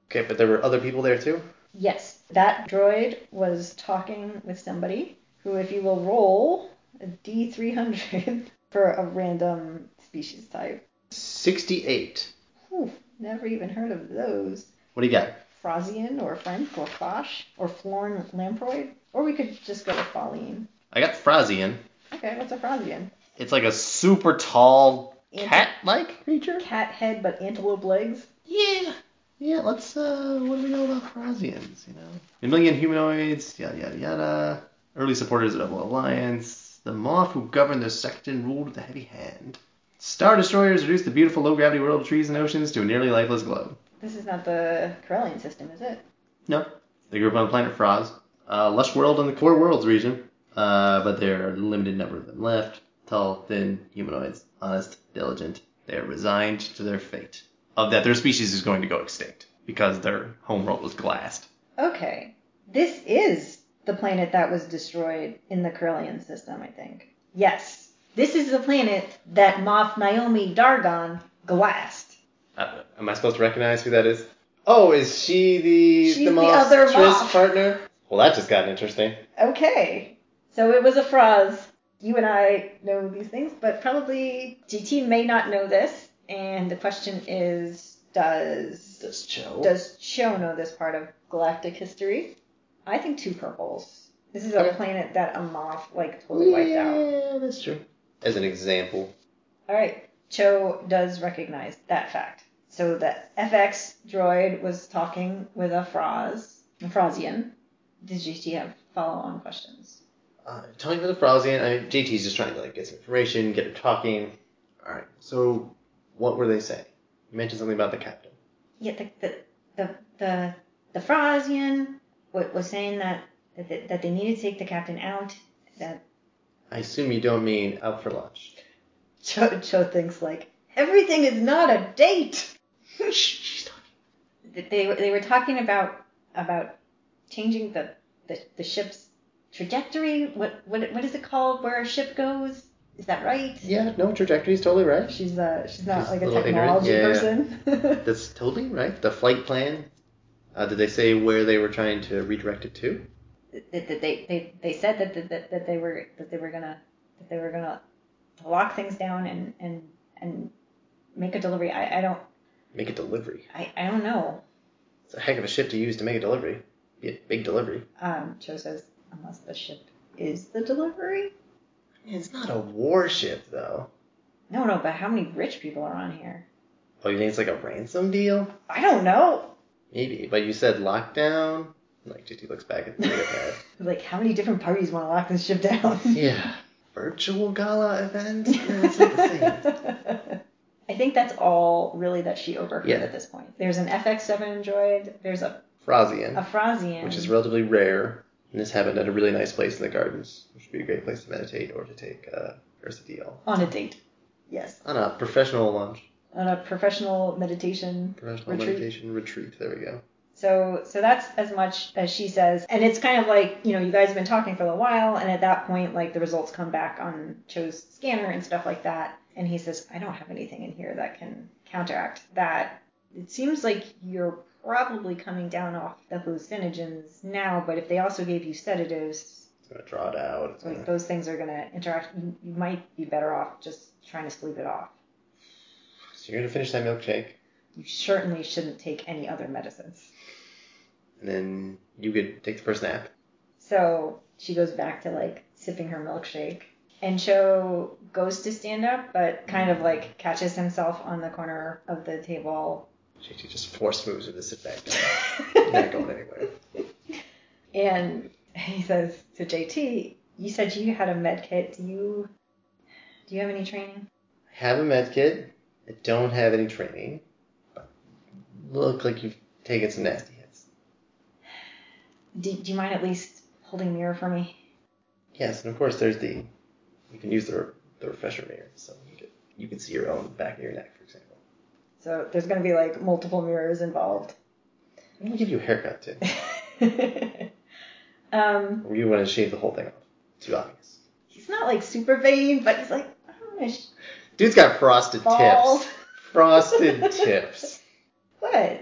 B: Okay, but there were other people there too?
D: Yes, that droid was talking with somebody who, if you will, roll a D300 for a random species type.
B: 68.
D: Whew, never even heard of those.
B: What do you got?
D: Frosian or Frank or Fosh or Florn Lamproid. Or we could just go with Faline.
B: I got Frazian.
D: Okay, what's a Frosian?
B: It's like a super tall
D: Anti-
B: cat like creature?
D: Cat head but antelope legs.
B: Yeah. Yeah, let's, uh, what do we know about Frazians, you know? Mammalian humanoids, yada, yada, yada. Early supporters of the Double Alliance. The Moth who governed their section ruled with a heavy hand. Star Destroyers reduced the beautiful low gravity world of trees and oceans to a nearly lifeless globe.
D: This is not the Corellian system, is it?
B: No. They grew up on planet Froz. Uh, lush world in the core worlds region. Uh, but there are a limited number of them left. Tall, thin, humanoids, honest, diligent. They are resigned to their fate. Of that, their species is going to go extinct because their home world was glassed.
D: Okay. This is the planet that was destroyed in the Curlian system, I think. Yes. This is the planet that Moff Naomi Dargon glassed.
B: Uh, am I supposed to recognize who that is? Oh, is she the
D: She's the moth's other tryst moth.
B: partner? Well, that just got interesting.
D: Okay. So it was a fraud. You and I know these things, but probably GT may not know this. And the question is does
B: Does Cho?
D: does Cho know this part of galactic history? I think two purples This is a
B: Okay.
D: planet that a moth like totally wiped out.
B: Yeah, that's true. As an example.
D: All right. Cho does recognize that fact. So the FX droid was talking with a Froz, a Frozian. Did GT have follow-on questions?
B: Uh, telling for the Frausian. I mean, JT's just trying to like get some information, get her talking. All right. So, what were they saying? You mentioned something about the captain.
D: Yeah, the the the the, the Frozian wa- was saying that that they, that they needed to take the captain out. That
B: I assume you don't mean out for lunch.
D: Cho Cho thinks like everything is not a date.
B: She's talking.
D: th- they were- they were talking about about changing the the, the ship's trajectory. What what what is it called? Where a ship goes? Is that right?
B: Yeah. No, trajectory's totally right.
D: She's uh she's not
B: She's
D: like
B: a
D: a
B: little
D: technology
B: ignorant,
D: person.
B: That's totally right. The flight plan. Uh, did they say where they were trying to redirect it to?
D: that that they, they they said that, that- that that they were that they were gonna that they were gonna lock things down and and and make a delivery. I, I don't
B: Make a delivery.
D: I, I don't know.
B: It's a heck of a ship to use to make a delivery. Be a big delivery.
D: Um, Cho says unless the ship is the delivery.
B: It's not a warship though.
D: No, no, but how many rich people are on here?
B: Oh, you think it's like a ransom deal?
D: I don't know.
B: Maybe. But you said lockdown. Like JT looks back at the notepad.
D: Like, how many different parties want to lock this ship down?
B: Yeah. Virtual gala event? No, it's not the same.
D: I think that's all really that she overheard
B: Yeah.
D: at this point. There's an FX7 droid. There's a, a
B: Frosian,
D: Frazian.
B: which is relatively rare. And this happened at a really nice place in the gardens, which would be a great place to meditate or to take uh, Ursadil.
D: on a date. Yes,
B: On a professional lunch,
D: on a professional meditation.
B: professional
D: Retreat.
B: meditation retreat. There we go.
D: So, so that's as much as she says. And it's kind of like you know, you guys have been talking for a while, and at that point, like the results come back on Cho's scanner and stuff like that. And he says, I don't have anything in here that can counteract that. It seems like you're probably coming down off the hallucinogens now, but if they also gave you sedatives,
B: It's going to draw it out. It's
D: like
B: gonna...
D: those things are gonna interact. You, you might be better off just trying to sleep it off.
B: So you're going to finish that milkshake,
D: You certainly shouldn't take any other medicines.
B: and then you could take the first nap.
D: So she goes back to like sipping her milkshake. And Cho goes to stand up, but kind of like catches himself on the corner of the table.
B: JT just force moves her to sit back down. You're not going anywhere.
D: and he says to JT, You said you had a med kit. Do you do you have any training?
B: I have a med kit. I don't have any training. But look like you've taken some nasty hits.
D: Do, do you mind at least holding mirror for me?
B: Yes, and of course there's the you can use the the refresher mirror, so you can you can see your own back of your neck, for example.
D: So there's gonna be like multiple mirrors involved.
B: I'm gonna give you a haircut too.
D: um,
B: Or you want to shave the whole thing off. Too obvious.
D: he's not like super vain, but he's like, I'm gonna sh-
B: Dude's got frosted
D: balls.
B: tips. Frosted tips.
D: What?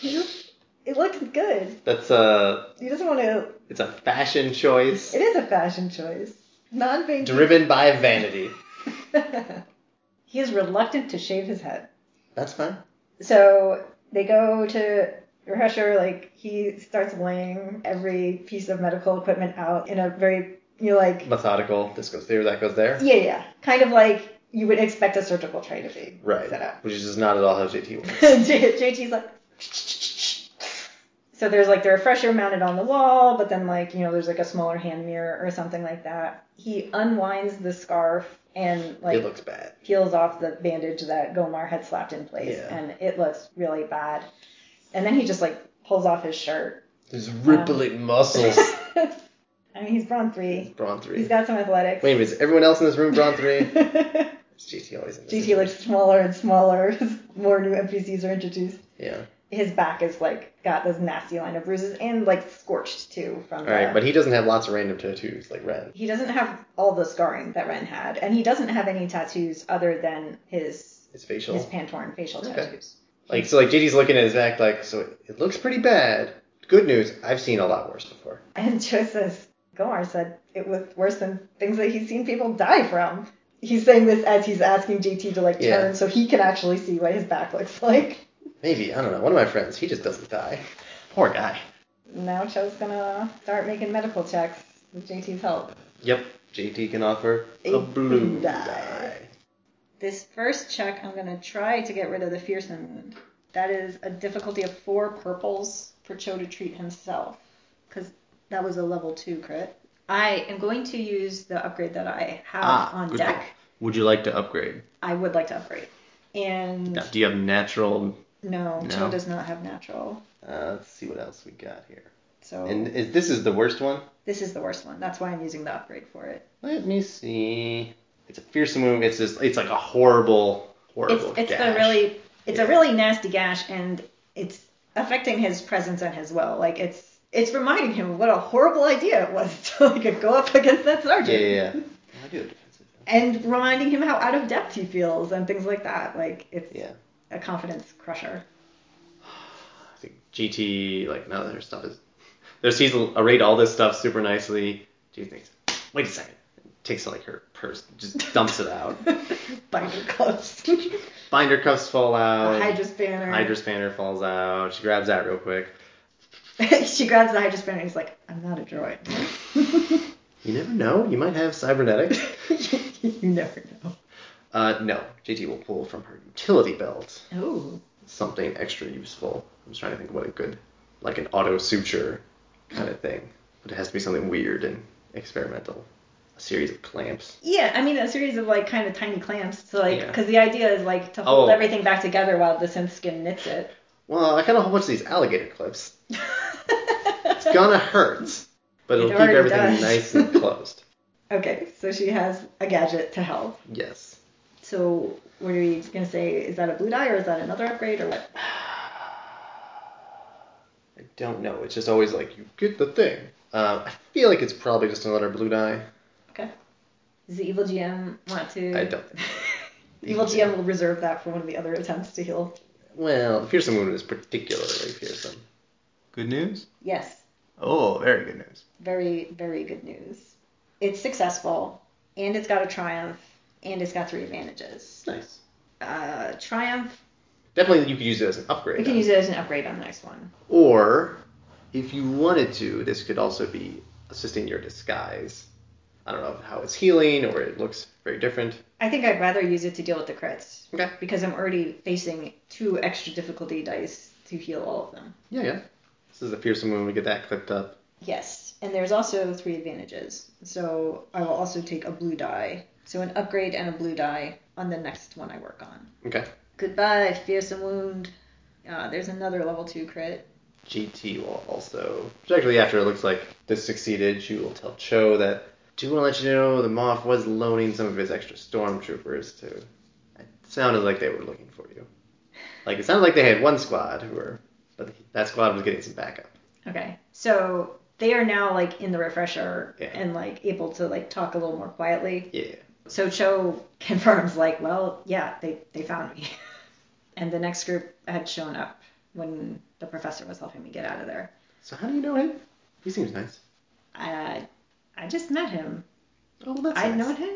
D: It looks good.
B: That's a
D: He doesn't want to.
B: it's a fashion choice
D: It is a fashion choice. Non banking.
B: driven by vanity.
D: he is reluctant to shave his head.
B: That's fine.
D: So they go to Rahesher, like, he starts laying every piece of medical equipment out in a very, you know, like,
B: Methodical. This goes there. That goes there.
D: yeah, yeah. Kind of like you would expect a surgical tray to be
B: Right.
D: set up.
B: Which is just not at all how JT works.
D: J- JT's like. So there's like the refresher mounted on the wall, but then like you know there's like a smaller hand mirror or something like that. He unwinds the scarf and like
B: it looks bad.
D: peels off the bandage that Gomar had slapped in place,
B: Yeah.
D: and it looks really bad. And then he just like pulls off his shirt.
B: There's rippling
D: um,
B: muscles.
D: I mean he's brawn three.
B: Brawn three.
D: He's got some athletics.
B: Wait a minute. Is everyone else in this room brawn three? It's GT always in this
D: GT
B: room.
D: looks smaller and smaller as more new NPCs are introduced.
B: Yeah.
D: his back is like got this nasty line of bruises and like scorched too from
B: All right,
D: the,
B: but he doesn't have lots of random tattoos like Ren.
D: he doesn't have all the scarring that Ren had, and he doesn't have any tattoos other than his
B: His facial,
D: his Pantorn facial
B: Okay.
D: tattoos.
B: like so, like JD's looking at his back, like so. It looks pretty bad. Good news, I've seen a lot worse before.
D: And Joe says Gomar said it was worse than things that he's seen people die from. He's saying this as he's asking JT to like
B: Yeah.
D: turn so he can actually see what his back looks like.
B: Maybe I don't know. One of my friends, he just doesn't die. Poor guy.
D: Now Cho's gonna start making medical checks with JT's help.
B: Yep. JT can offer a,
D: A
B: blue
D: blue
B: die.
D: die. This first check, I'm going to try to get rid of the fearsome wound. That is a difficulty of four purples for Cho to treat himself, because that was a level two crit. I am going to use the upgrade that I have
B: Ah,
D: on
B: good
D: deck.
B: call. Would you like to upgrade?
D: I would like to upgrade. And
B: Now, do you have natural?
D: no,
B: No.
D: Cho does not have natural.
B: Uh, let's see what else we got here.
D: So
B: And is, this is the worst one.
D: this is the worst one. That's why I'm using the upgrade for it.
B: Let me see. It's a fearsome wound. It's just. It's like a horrible,
D: It's
B: horrible.
D: it's a
B: gash.
D: really it's
B: Yeah.
D: a really nasty gash and it's affecting his presence and his will. Like it's it's reminding him what a horrible idea it was to like go up against that
B: Yeah,
D: sergeant.
B: yeah. yeah. I do have defensive.
D: And reminding him how out of depth he feels and things like that. Like it's
B: Yeah.
D: a confidence crusher.
B: I think GT, like none of their stuff is. There's he's arrayed all this stuff super nicely. She thinks, wait a second. Takes like her purse, just dumps it out.
D: Binder cuffs.
B: Binder cuffs fall out.
D: Hydra's banner.
B: Hydra's banner falls out. She grabs that real quick.
D: she grabs the Hydra's banner and he's like, I'm not a droid.
B: You never know. You might have cybernetics.
D: you never know.
B: uh, no, JT will pull from her utility belt
D: Oh.
B: something extra useful. I'm just trying to think what it could, like an auto suture kind of thing, but it has to be something weird and experimental. A series of clamps.
D: Yeah, I mean a series of like kind of tiny clamps to like
B: Yeah.
D: because the idea is like to hold
B: Oh.
D: everything back together while the synth skin knits it.
B: Well, I got a whole bunch of these alligator clips. It's gonna hurt, but
D: It
B: it'll keep
D: already
B: everything
D: does.
B: nice and closed.
D: okay, so she has a gadget to help.
B: Yes.
D: So what are we gonna say? Is that a blue dye or is that another upgrade or what?
B: I don't know. It's just always like you get the thing. Um, I feel like it's probably just another blue dye.
D: Okay. Does the evil GM want to?
B: I don't. Think.
D: Evil GM will reserve that for one of the other attempts to heal.
B: Well, the fearsome wound is particularly fearsome. Good news.
D: Yes,
B: Oh, very good news.
D: very very good news. It's successful and it's got a triumph and it's got three advantages.
B: Nice.
D: Uh, triumph
B: Definitely, you could use it as an upgrade.
D: We can
B: then.
D: use it as an upgrade on the next one.
B: Or, if you wanted to, this could also be assisting your disguise. I don't know how it's healing or it looks very different.
D: I think I'd rather use it to deal with the crits
B: Okay.
D: because I'm already facing two extra difficulty dice to heal all of them.
B: Yeah, yeah. This is a fearsome one. We get that clipped up.
D: Yes, and there's also three advantages. So I will also take a blue die. So an upgrade and a blue die on the next one I work on.
B: Okay.
D: Goodbye, fearsome wound. Uh, there's another level two crit.
B: GT will also, particularly after it looks like this succeeded, she will tell Cho that, do want to let you know the Moth was loaning some of his extra stormtroopers to. It sounded like they were looking for you. Like, it sounded like they had one squad who were, but that squad was getting some backup.
D: Okay, so they are now like in the refresher
B: Yeah.
D: and like able to like talk a little more quietly.
B: Yeah.
D: So Cho confirms, like, well, yeah, they, they found me. and the next group had shown up when the professor was helping me get out of there.
B: So how do you know him? He seems nice.
D: I, I just met him.
B: Oh, well, that's
D: I've
B: nice.
D: known him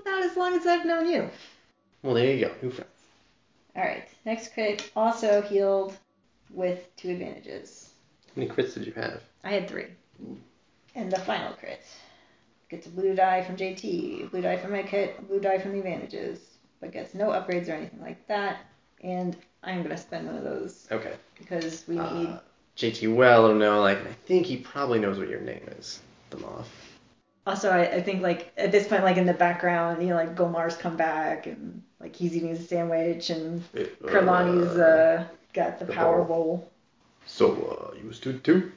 D: about as long as I've known you.
B: Well, there you go. New friends.
D: All right, next crit also healed with two advantages.
B: How many crits did you have?
D: I had three. And the final crit gets a blue die from JT, a blue die from my kit, a blue die from the advantages, but gets no upgrades or anything like that. And I'm gonna spend one of those
B: Okay.
D: because we need
B: Uh, JT well will know, like, I think he probably knows what your name is, the Moth.
D: also I, I think like at this point like in the background you know like gomar's come back and like he's eating his sandwich and Kerlani's uh got the
B: the
D: power
B: bowl.
D: bowl
B: So, uh, you a student too?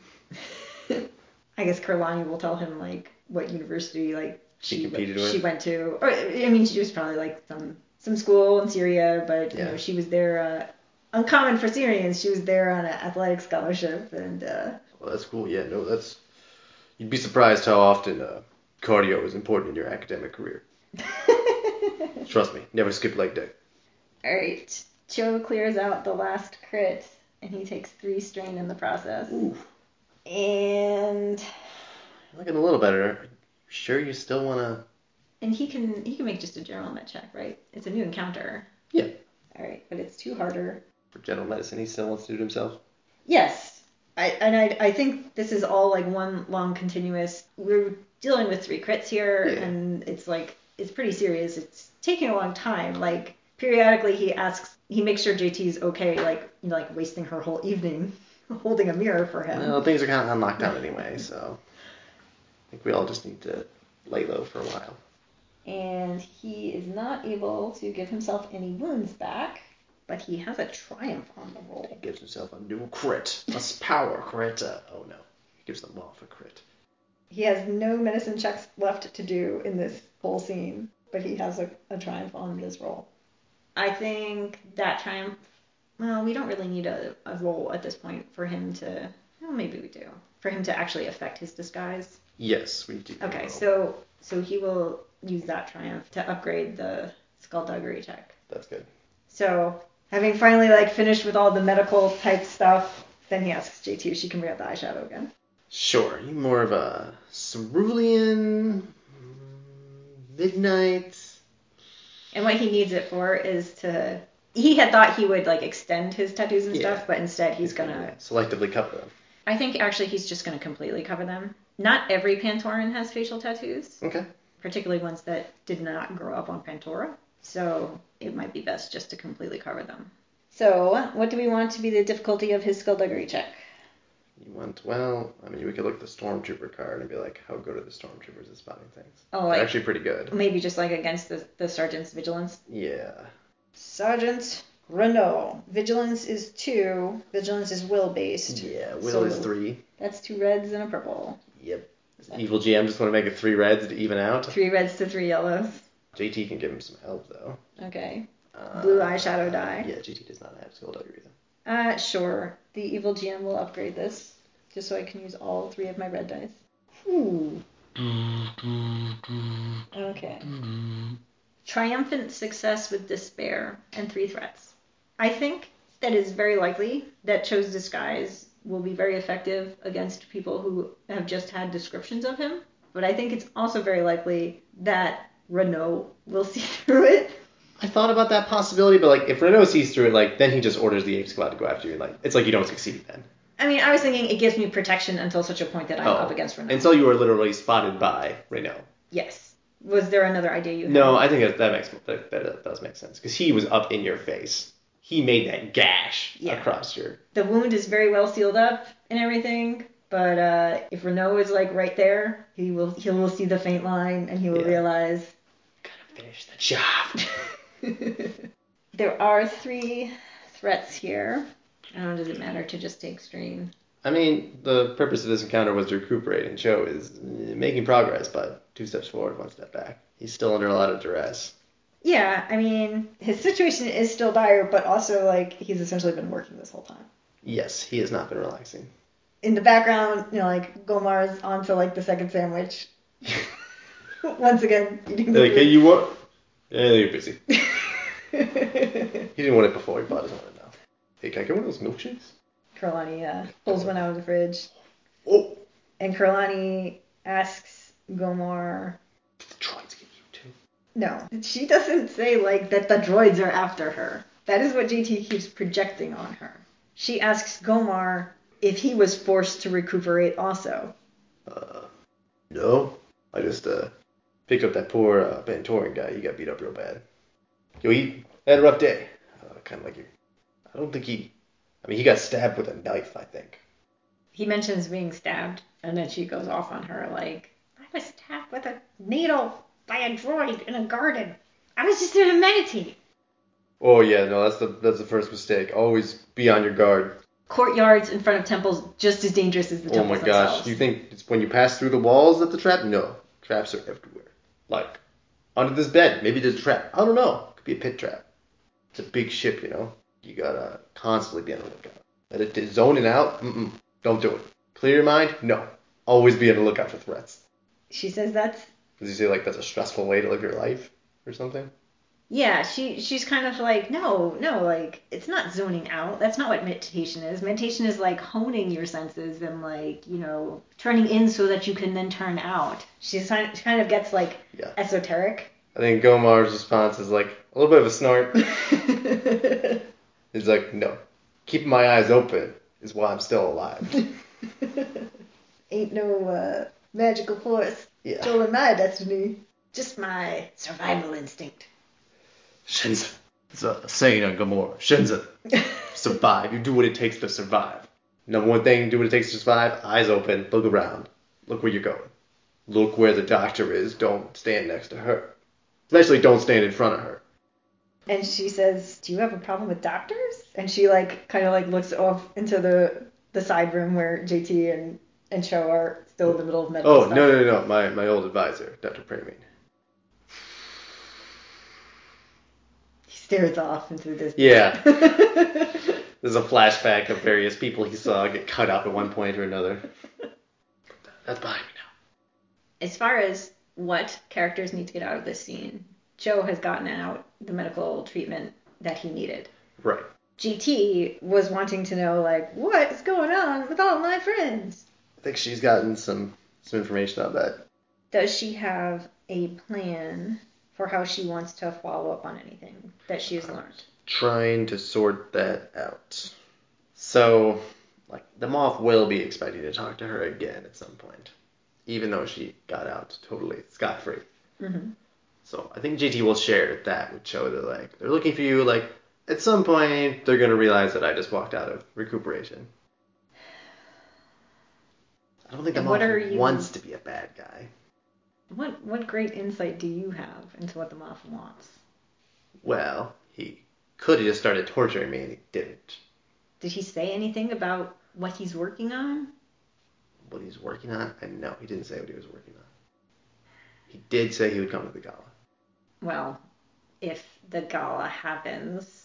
D: i guess Kerlani will tell him like what university like
B: She
D: she,
B: competed
D: went,
B: with?
D: she went to or i mean she was probably like some some school in syria but you
B: Yeah.
D: know she was there uh uncommon for syrians she was there on an athletic scholarship and uh
B: Well, that's cool. Yeah, no, that's. You'd be surprised how often uh, cardio is important in your academic career. Trust me, never skip leg day.
D: all right cho clears out the last crit and he takes three strain in the process
B: Ooh.
D: and
B: Looking a little better. Sure, you still want to.
D: and he can he can make just a general med check, right? It's a new encounter.
B: Yeah.
D: All right, but it's two harder.
B: For general medicine, he still wants to do it himself.
D: Yes, I, and I, I think this is all like one long continuous. We're dealing with three crits here,
B: Yeah.
D: and it's like it's pretty serious. It's taking a long time. Like periodically, he asks, he makes sure JT's okay, like you know, like wasting her whole evening holding a mirror for him.
B: Well, things are kind of on lockdown anyway, so I think we all just need to lay low for a while.
D: And he is not able to give himself any wounds back, but he has a triumph on the roll.
B: Gives himself a new crit, plus power crit. Uh, oh no, gives them off a crit.
D: He has no medicine checks left to do in this whole scene, but he has a, a triumph on this roll. I think that triumph. Well, we don't really need a, a roll at this point for him to. Well, maybe we do. For him to actually affect his disguise.
B: Yes, we do. Oh,
D: Okay, so so he will use that triumph to upgrade the skullduggery check.
B: that's good.
D: So having finally like finished with all the medical type stuff, then he asks JT if she can bring out the eyeshadow again.
B: Sure, you more of a cerulean mm, midnight.
D: And what he needs it for is to he had thought he would like extend his tattoos and
B: Yeah.
D: stuff, but instead he's gonna
B: selectively cover them.
D: I think actually he's just gonna completely cover them. Not every Pantoran has facial tattoos,
B: Okay.
D: particularly ones that did not grow up on Pantora. So it might be best just to completely cover them. So what do we want to be the difficulty of his skullduggery check?
B: You want well, I mean, we could look at the stormtrooper card and be like, how good are the stormtroopers at spotting things?
D: Oh,
B: They're
D: like
B: actually pretty good.
D: maybe just like against the, the sergeant's vigilance.
B: Yeah.
D: Sergeant Renault. Vigilance is two. Vigilance is will based.
B: Yeah. Will
D: So-
B: is three.
D: That's two reds and a purple.
B: Yep. Evil GM just want to make it three reds to even out.
D: Three reds to three yellows.
B: JT can give him some help though.
D: Okay.
B: Uh,
D: Blue eyeshadow dye.
B: Yeah, JT does not have skill dagger either.
D: Uh, sure. The evil GM will upgrade this just so I can use all three of my red dice. Ooh. Okay. Triumphant success with despair and three threats. I think that is very likely that Cho's disguise will be very effective against people who have just had descriptions of him, but I think it's also very likely that Renault will see through it.
B: I thought about that possibility, but like if Renault sees through it, like then he just orders the ape squad to go after you. Like it's like you don't succeed then.
D: I mean, I was thinking it gives me protection until such a point that I'm
B: Oh.
D: up against Renault.
B: And so you are literally spotted by Renault.
D: yes. Was there another idea you had?
B: No, I think that that makes that, that does make sense because he was up in your face. He made that gash
D: Yeah.
B: across your.
D: The wound is very well sealed up and everything, but uh, if Renault is like right there, he will he will see the faint line and he will
B: Yeah.
D: realize.
B: Finish the job.
D: there are three threats here. I don't know, Oh, does it matter to just take strain?
B: I mean, the purpose of this encounter was to recuperate, and Cho is uh, making progress, but two steps forward, one step back. He's still under a lot of duress.
D: Yeah, I mean, his situation is still dire, but also like he's essentially been working this whole time.
B: Yes, he has not been relaxing.
D: in the background, you know, like Gomar's onto like the second sandwich. Once again, eating the
B: Like, hey,
D: food.
B: you want? Yeah, you're busy. he didn't want it before. He probably doesn't want it now. Hey, can I get one of those milkshakes?
D: Kurlani uh, pulls one out of the fridge,
B: Oh,
D: and Kurlani asks Gomar.
B: the droids get you too.
D: No, she doesn't say like that the droids are after her. That is what JT keeps projecting on her. She asks Gomar if he was forced to recuperate also.
B: Uh, no, I just uh picked up that poor uh, Bantoran guy. He got beat up real bad. Yo, he had a rough day. Uh, kind of like you. I don't think he. I mean, he got stabbed with a knife. I think.
D: He mentions being stabbed, and then she goes off on her like, I was stabbed with a needle by a droid in a garden. I was just there to meditate.
B: Oh yeah, no, that's the that's the first mistake. Always be on your guard.
D: Courtyards in front of temples just as dangerous as the
B: oh
D: temples
B: my gosh,
D: themselves.
B: you think it's when you pass through the walls that the trap? No, traps are everywhere. Like under this bed, maybe there's a trap. I don't know. Could be a pit trap. It's a big ship, you know. You gotta constantly be on the lookout. But if it's zoning out, mm-mm, don't do it. Clear your mind? No. Always be on the lookout for threats.
D: She says that's
B: Does he say like that's a stressful way to live your life or something?
D: yeah. She she's kind of like no no like it's not zoning out. That's not what meditation is. Meditation is like honing your senses and like you know turning in so that you can then turn out. She's kind she kind of gets like
B: Yeah.
D: esoteric.
B: I think Gomar's response is like a little bit of a snort. He's like, no, keep my eyes open is why I'm still alive.
D: Ain't no uh, magical force
B: Yeah.
D: controlling my destiny. Just my survival instinct.
B: Shenzen. It's a saying on Gamora. Shenzen. survive. You do what it takes to survive. Number one thing, do what it takes to survive. Eyes open. Look around. Look where you're going. Look where the doctor is. Don't stand next to her. Especially don't stand in front of her.
D: And she says, "Do you have a problem with doctors?" And she like kind of like looks off into the the side room where JT and and Cho are still in the middle of medical
B: Oh,
D: stuff.
B: no, no, no. My, my old advisor, Dr. Pramine.
D: He stares off into the distance.
B: Yeah. There's a flashback of various people he saw get cut up at one point or another. That's behind me now.
D: As far as what characters need to get out of this scene, Joe has gotten out the medical treatment that he needed.
B: Right.
D: GT was wanting to know like what is going on with all my friends.
B: I think she's gotten some, some information on that.
D: Does she have a plan for how she wants to follow up on anything that she has learned?
B: Trying to sort that out. So, like, the moth will be expecting to talk to her again at some point. Even though she got out totally scot free.
D: Mm-hmm.
B: So I think JT will share that with Cho that like they're looking for you. Like at some point they're gonna realize that I just walked out of recuperation. I don't think the
D: And what
B: mom
D: are you-
B: wants to be a bad guy.
D: What what great insight do you have into what the moth wants?
B: Well, he could have just started torturing me and he didn't.
D: Did he say anything about what he's working on?
B: What he's working on? I know he didn't say what he was working on. He did say he would come to the gala.
D: Well, if the gala happens,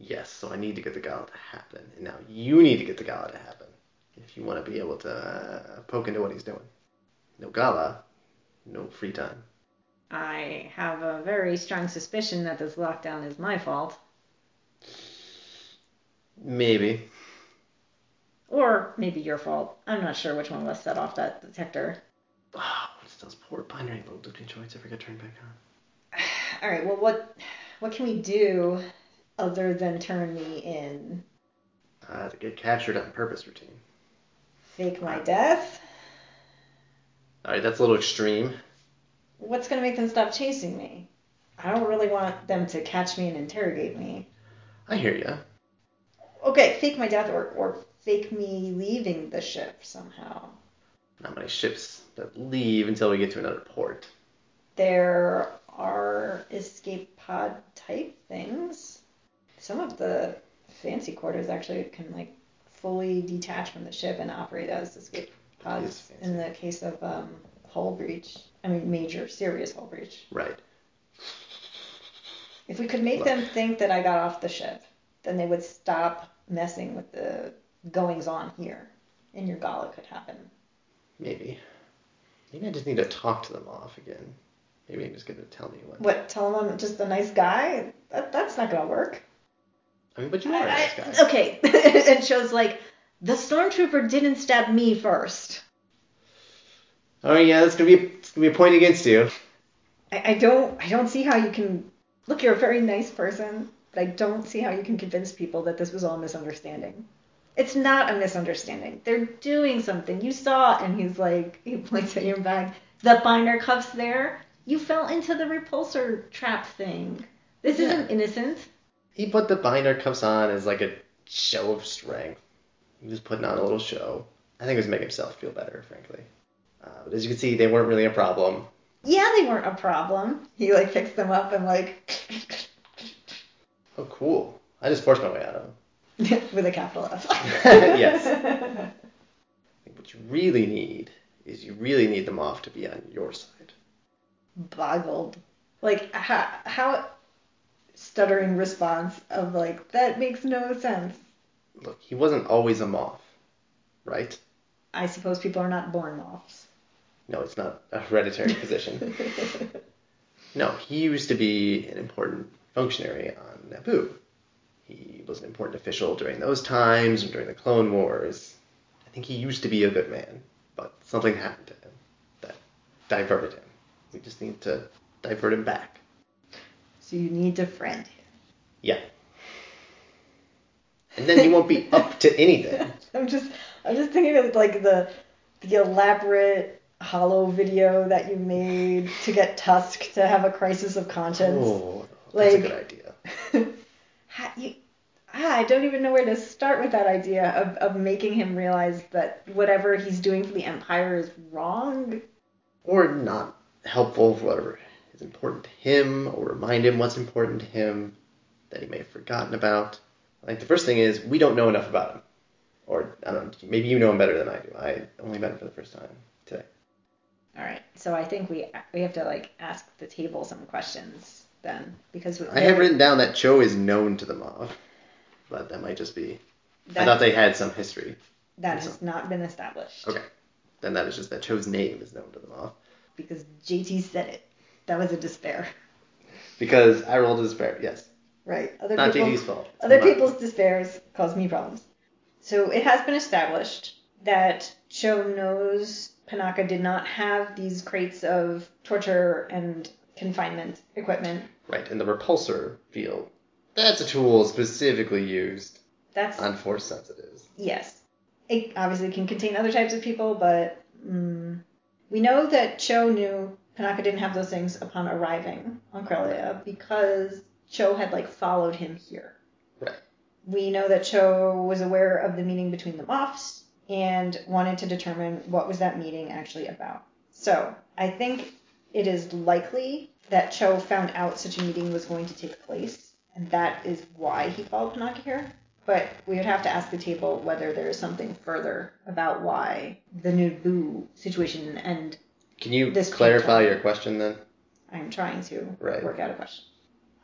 B: Yes, so I need to get the gala to happen, and now you need to get the gala to happen if you want to be able to uh, poke into what he's doing. No gala, no free time.
D: I have a very strong suspicion that this lockdown is my fault,
B: Maybe.
D: or maybe your fault. I'm not sure which one of us set off that detector.
B: Oh, what's those poor binary loading joints ever get turned back on?
D: All right. Well, what what can we do other than turn me in,
B: Uh, the get captured on purpose routine.
D: fake my death?
B: All right, that's a little extreme.
D: What's gonna make them stop chasing me? I don't really want them to catch me and interrogate me.
B: I hear ya.
D: Okay, fake my death or, or fake me leaving the ship somehow.
B: Not many ships that leave until we get to another port.
D: There are escape pod type things. Some of the fancy quarters actually can like fully detach from the ship and operate as escape pods
B: fancy.
D: in the case of um, hull breach. I mean, major, serious hull breach.
B: Right.
D: If we could make them think that I got off the ship, then they would stop messing with the goings on here, and your gala could happen.
B: Maybe. Maybe I just need to talk to them off again. Maybe I'm just gonna tell me what.
D: What, tell him I'm just a nice guy? That, that's not gonna work.
B: I mean, but you are a nice guy.
D: okay. and Cho's like, the stormtrooper didn't stab me first.
B: All right, Oh, yeah, that's gonna be it's gonna be a point against you.
D: I, I don't I don't see how you can look, you're a very nice person, but I don't see how you can convince people that this was all a misunderstanding. It's not a misunderstanding. They're doing something. You saw and he's like he points at your bag. The binder cuffs there. You fell into the repulsor trap thing. This
B: Yeah.
D: isn't innocent.
B: He put the binder cuffs on as like a show of strength. He was putting on a little show. I think it was making himself feel better, frankly. Uh, but as you can see, they weren't really a problem.
D: Yeah, they weren't a problem. He like picks them up and like
B: Oh, cool. I just forced my way out of them.
D: with a capital F.
B: Yes. I think what you really need is you really need them off to be on your side.
D: Boggled. Like how, how stuttering response of like that makes no sense.
B: Look, he wasn't always a moth, right?
D: I suppose people are not born moths.
B: No, it's not a hereditary position. No, he used to be an important functionary on Naboo. He was an important official during those times and during the Clone Wars. I think he used to be a good man, but something happened to him that diverted him. We just need to divert him back.
D: so you need to friend him.
B: Yeah. and then you won't be up to anything.
D: I'm just I'm just thinking of like the the elaborate hollow video that you made to get Tusk to have a crisis of conscience.
B: Oh, that's
D: Like-
B: a good idea.
D: How- you- ah, I don't even know where to start with that idea of, of making him realize that whatever he's doing for the Empire is wrong.
B: Or not helpful for whatever is important to him, or remind him what's important to him that he may have forgotten about. Like the first thing is we don't know enough about him, or I don't. know, Maybe you know him better than I do. I only met him for the first time today.
D: All right, so I think we we have to like ask the table some questions then because we-
B: I have written down that Cho is known to the mob, but that might just be. I thought
D: that,
B: they had some history.
D: that has not been established
B: Okay. Then that is just that Cho's name is known to the mob.
D: because JT said it. That was a despair,
B: Because I rolled a despair, yes.
D: right? Other
B: Not
D: people,
B: JD's fault. It's
D: Other
B: mine.
D: people's despairs cause me problems. So it has been established that Cho knows Panaka did not have these crates of torture and confinement equipment.
B: Right, and the repulsor field. That's a tool specifically used
D: That's
B: on force sensitives.
D: yes. It obviously can contain other types of people, but mm, we know that Cho knew Panaka didn't have those things upon arriving on Krelia because Cho had like followed him here.
B: Right.
D: We know that Cho was aware of the meeting between the Moffs and wanted to determine what was that meeting actually about. So I think it is likely that Cho found out such a meeting was going to take place, and that is why he followed Panaka here. But we would have to ask the table whether there is something further about why the Nubu situation, and
B: Can you
D: This
B: clarify
D: people.
B: your question then?
D: I'm trying to
B: Right.
D: work out a question.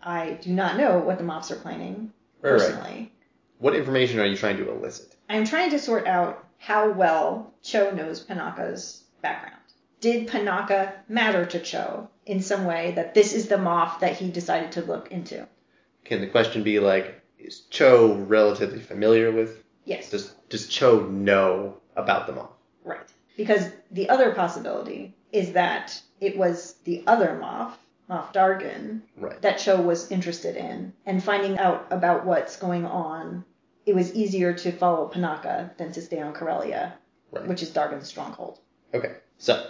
D: I do not know what the Moffs are planning
B: Right, right.
D: personally.
B: What information are you trying to elicit?
D: I'm trying to sort out how well Cho knows Panaka's background. Did Panaka matter to Cho in some way that this is the moth that he decided to look into?
B: Can the question be like, is Cho relatively familiar with?
D: Yes,
B: Does, does Cho know about the mob?
D: right. Because the other possibility is that it was the other moth, Moff Dargan,
B: Right.
D: that Cho was interested in, and finding out about what's going on, it was easier to follow Panaka than to stay on Corellia,
B: Right.
D: which is Dargan's stronghold.
B: Okay, so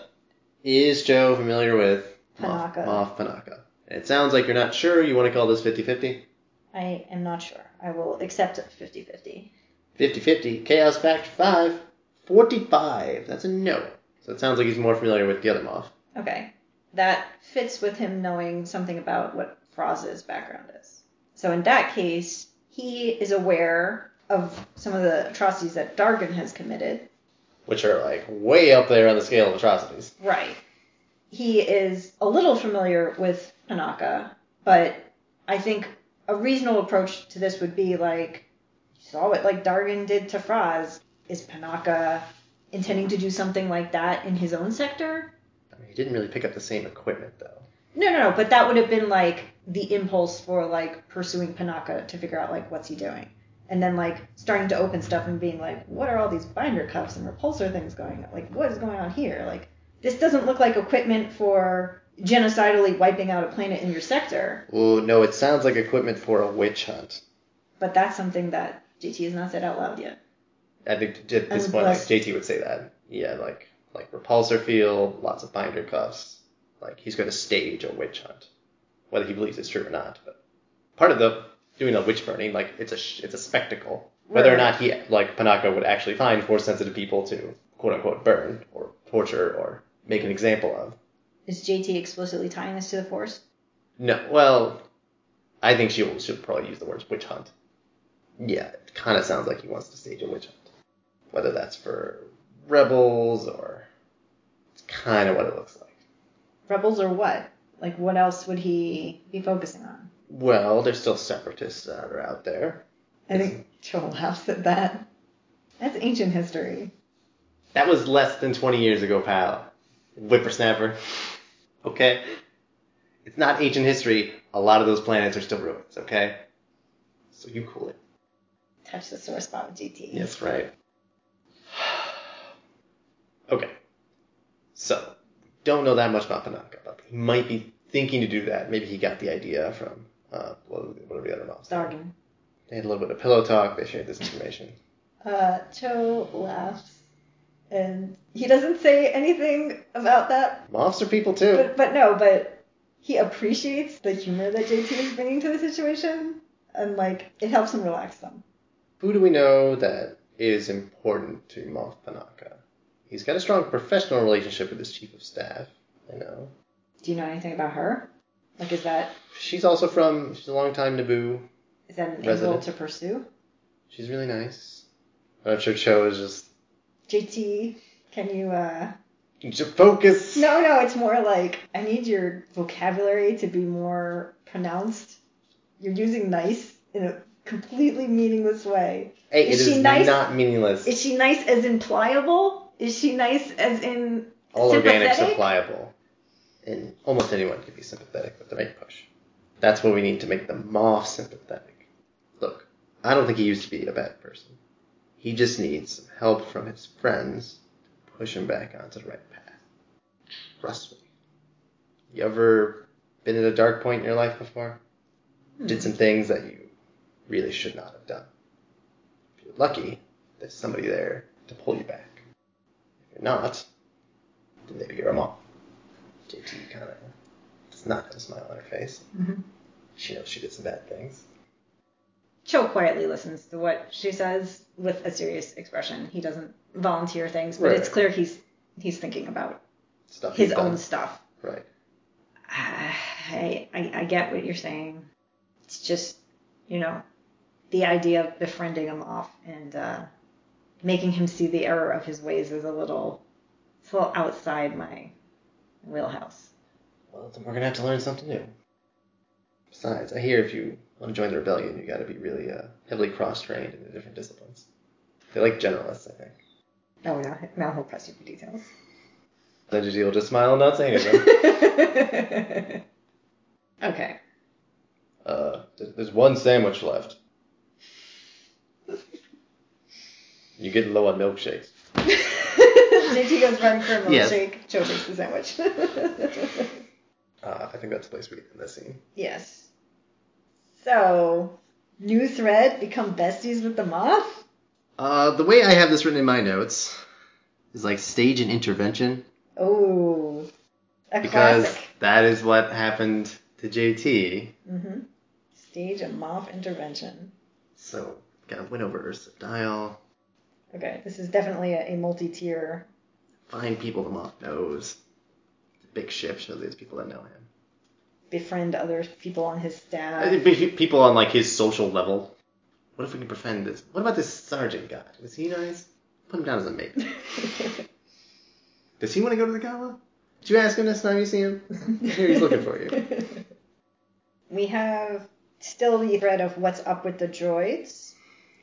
B: is Joe familiar with Moth
D: Panaka.
B: Moth Panaka? It sounds like you're not sure. You want to call this 50 50?
D: I am not sure. I will accept it 50 50.
B: 50 50. Chaos Factor 5. 45. That's a no. So it sounds like he's more familiar with the other Moth.
D: Okay. That fits with him knowing something about what Froz's background is. So in that case, he is aware of some of the atrocities that Dargan has committed.
B: Which are like way up there on the scale of atrocities.
D: Right. He is a little familiar with Panaka, but I think a reasonable approach to this would be like, you saw what like Dargan did to Froz. Is Panaka intending to do something like that in his own sector?
B: I mean, he didn't really pick up the same equipment, though.
D: No, no, no, but that would have been like the impulse for like pursuing Panaka to figure out like what's he doing. And then like starting to open stuff and being like, what are all these binder cuffs and repulsor things going on? Like, what is going on here? Like, this doesn't look like equipment for genocidally wiping out a planet in your sector,
B: Ooh, no, it sounds like equipment for a witch hunt. but
D: but that's something that JT has not said out loud yet.
B: I think at this point, like,
D: Unless-
B: JT would say that. Yeah, like, like repulsor field, lots of binder cuffs. Like, he's going to stage a witch hunt, whether he believes it's true or not. But part of the doing a witch burning, like, it's a sh- it's a spectacle. Whether or
D: Right.
B: not he, like, Panaka would actually find force sensitive people to quote unquote burn or torture or make an example of.
D: Is JT explicitly tying this to the Force?
B: No, well, I think she will, she'll probably use the words witch hunt. Yeah, it kind of sounds like he wants to stage a witch hunt. Whether that's for rebels or. It's kind of what it looks like.
D: Rebels or what? Like, what else would he be focusing on?
B: Well, there's still separatists that are out there.
D: I think Joel laughs at that. That's ancient history.
B: That was less than 20 years ago, pal. Whippersnapper. Okay? It's not ancient history. A lot of those planets are still ruins, okay? So you cool it.
D: touch the sore spot with GT.
B: Yes, right. okay. So, don't know that much about Panaka, but he might be thinking to do that. Maybe he got the idea from uh, whatever the other mob.
D: Dargan.
B: They had a little bit of pillow talk. They shared this information.
D: Uh, Cho laughs, and he doesn't say anything about that.
B: Monster people too.
D: But but no, but he appreciates the humor that JT is bringing to the situation, and like it helps him relax some.
B: Who do we know that is important to Moff Panaka? He's got a strong professional relationship with his chief of staff. I know.
D: Do you know anything about her? Like, is that
B: She's also from. She's a long time Naboo.
D: is that an
B: Resident.
D: to pursue?
B: She's really nice. I'm sure Cho is just
D: JT, can you? uh...
B: Just focus.
D: No, no, it's more like I need your vocabulary to be more pronounced. You're using nice in a completely meaningless way.
B: Hey, it
D: Is
B: is
D: she nice?
B: not meaningless.
D: Is she nice as in pliable? Is she nice as in
B: All organics are
D: sympathetic?
B: pliable, and almost anyone can be sympathetic with the right push. That's what we need to make the moth sympathetic. Look, I don't think he used to be a bad person. He just needs some help from his friends to push him back onto the right path. Trust me. You ever been at a dark point in your life before? did some things that you really should not have done. If you're lucky, there's somebody there to pull you back. If you're not, then maybe you're a mom. JT kind of does not have a smile on her face.
D: Mhm.
B: She knows she did some bad things.
D: Cho quietly listens to what she says with a serious expression. He doesn't volunteer things, but
B: Right.
D: it's clear he's he's thinking about
B: Stuff
D: his
B: he's
D: own
B: done.
D: stuff.
B: Right.
D: I, I I get what you're saying. It's just you know the idea of befriending him off and uh, making him see the error of his ways is a little it's a little outside my wheelhouse.
B: Well, then we're gonna have to learn something new. Besides, I hear if you want to join the rebellion, you got to be really uh, heavily cross-trained in the different disciplines. They're like generalists, I think.
D: Oh, now, now he'll press you for details.
B: Then JT will just smile and not say anything.
D: okay.
B: Uh, th- there's one sandwich left. You get low on milkshakes.
D: JT goes running for a
B: Yes.
D: milkshake. Joe takes the sandwich.
B: Uh, I think that's the place we end this scene.
D: yes. So, new thread become besties with the moth?
B: Uh, the way I have this written in my notes is like stage an intervention
D: Oh. A
B: because
D: classic.
B: that is what happened to JT.
D: hmm Stage a moth intervention.
B: So gotta win over Ursa Dial,
D: Okay, this is definitely a, a multi tier.
B: find people the moth knows. It's a big ship, so there's people that know him.
D: Befriend other people on his
B: I
D: staff.
B: think pe- people on like his social level. What if we can befriend this? What about this sergeant guy? Was he nice? Put him down as a mate. Does he want to go to the gala? Did you ask him this time you see him? Here he's looking for you.
D: We have still the thread of what's up with the droids.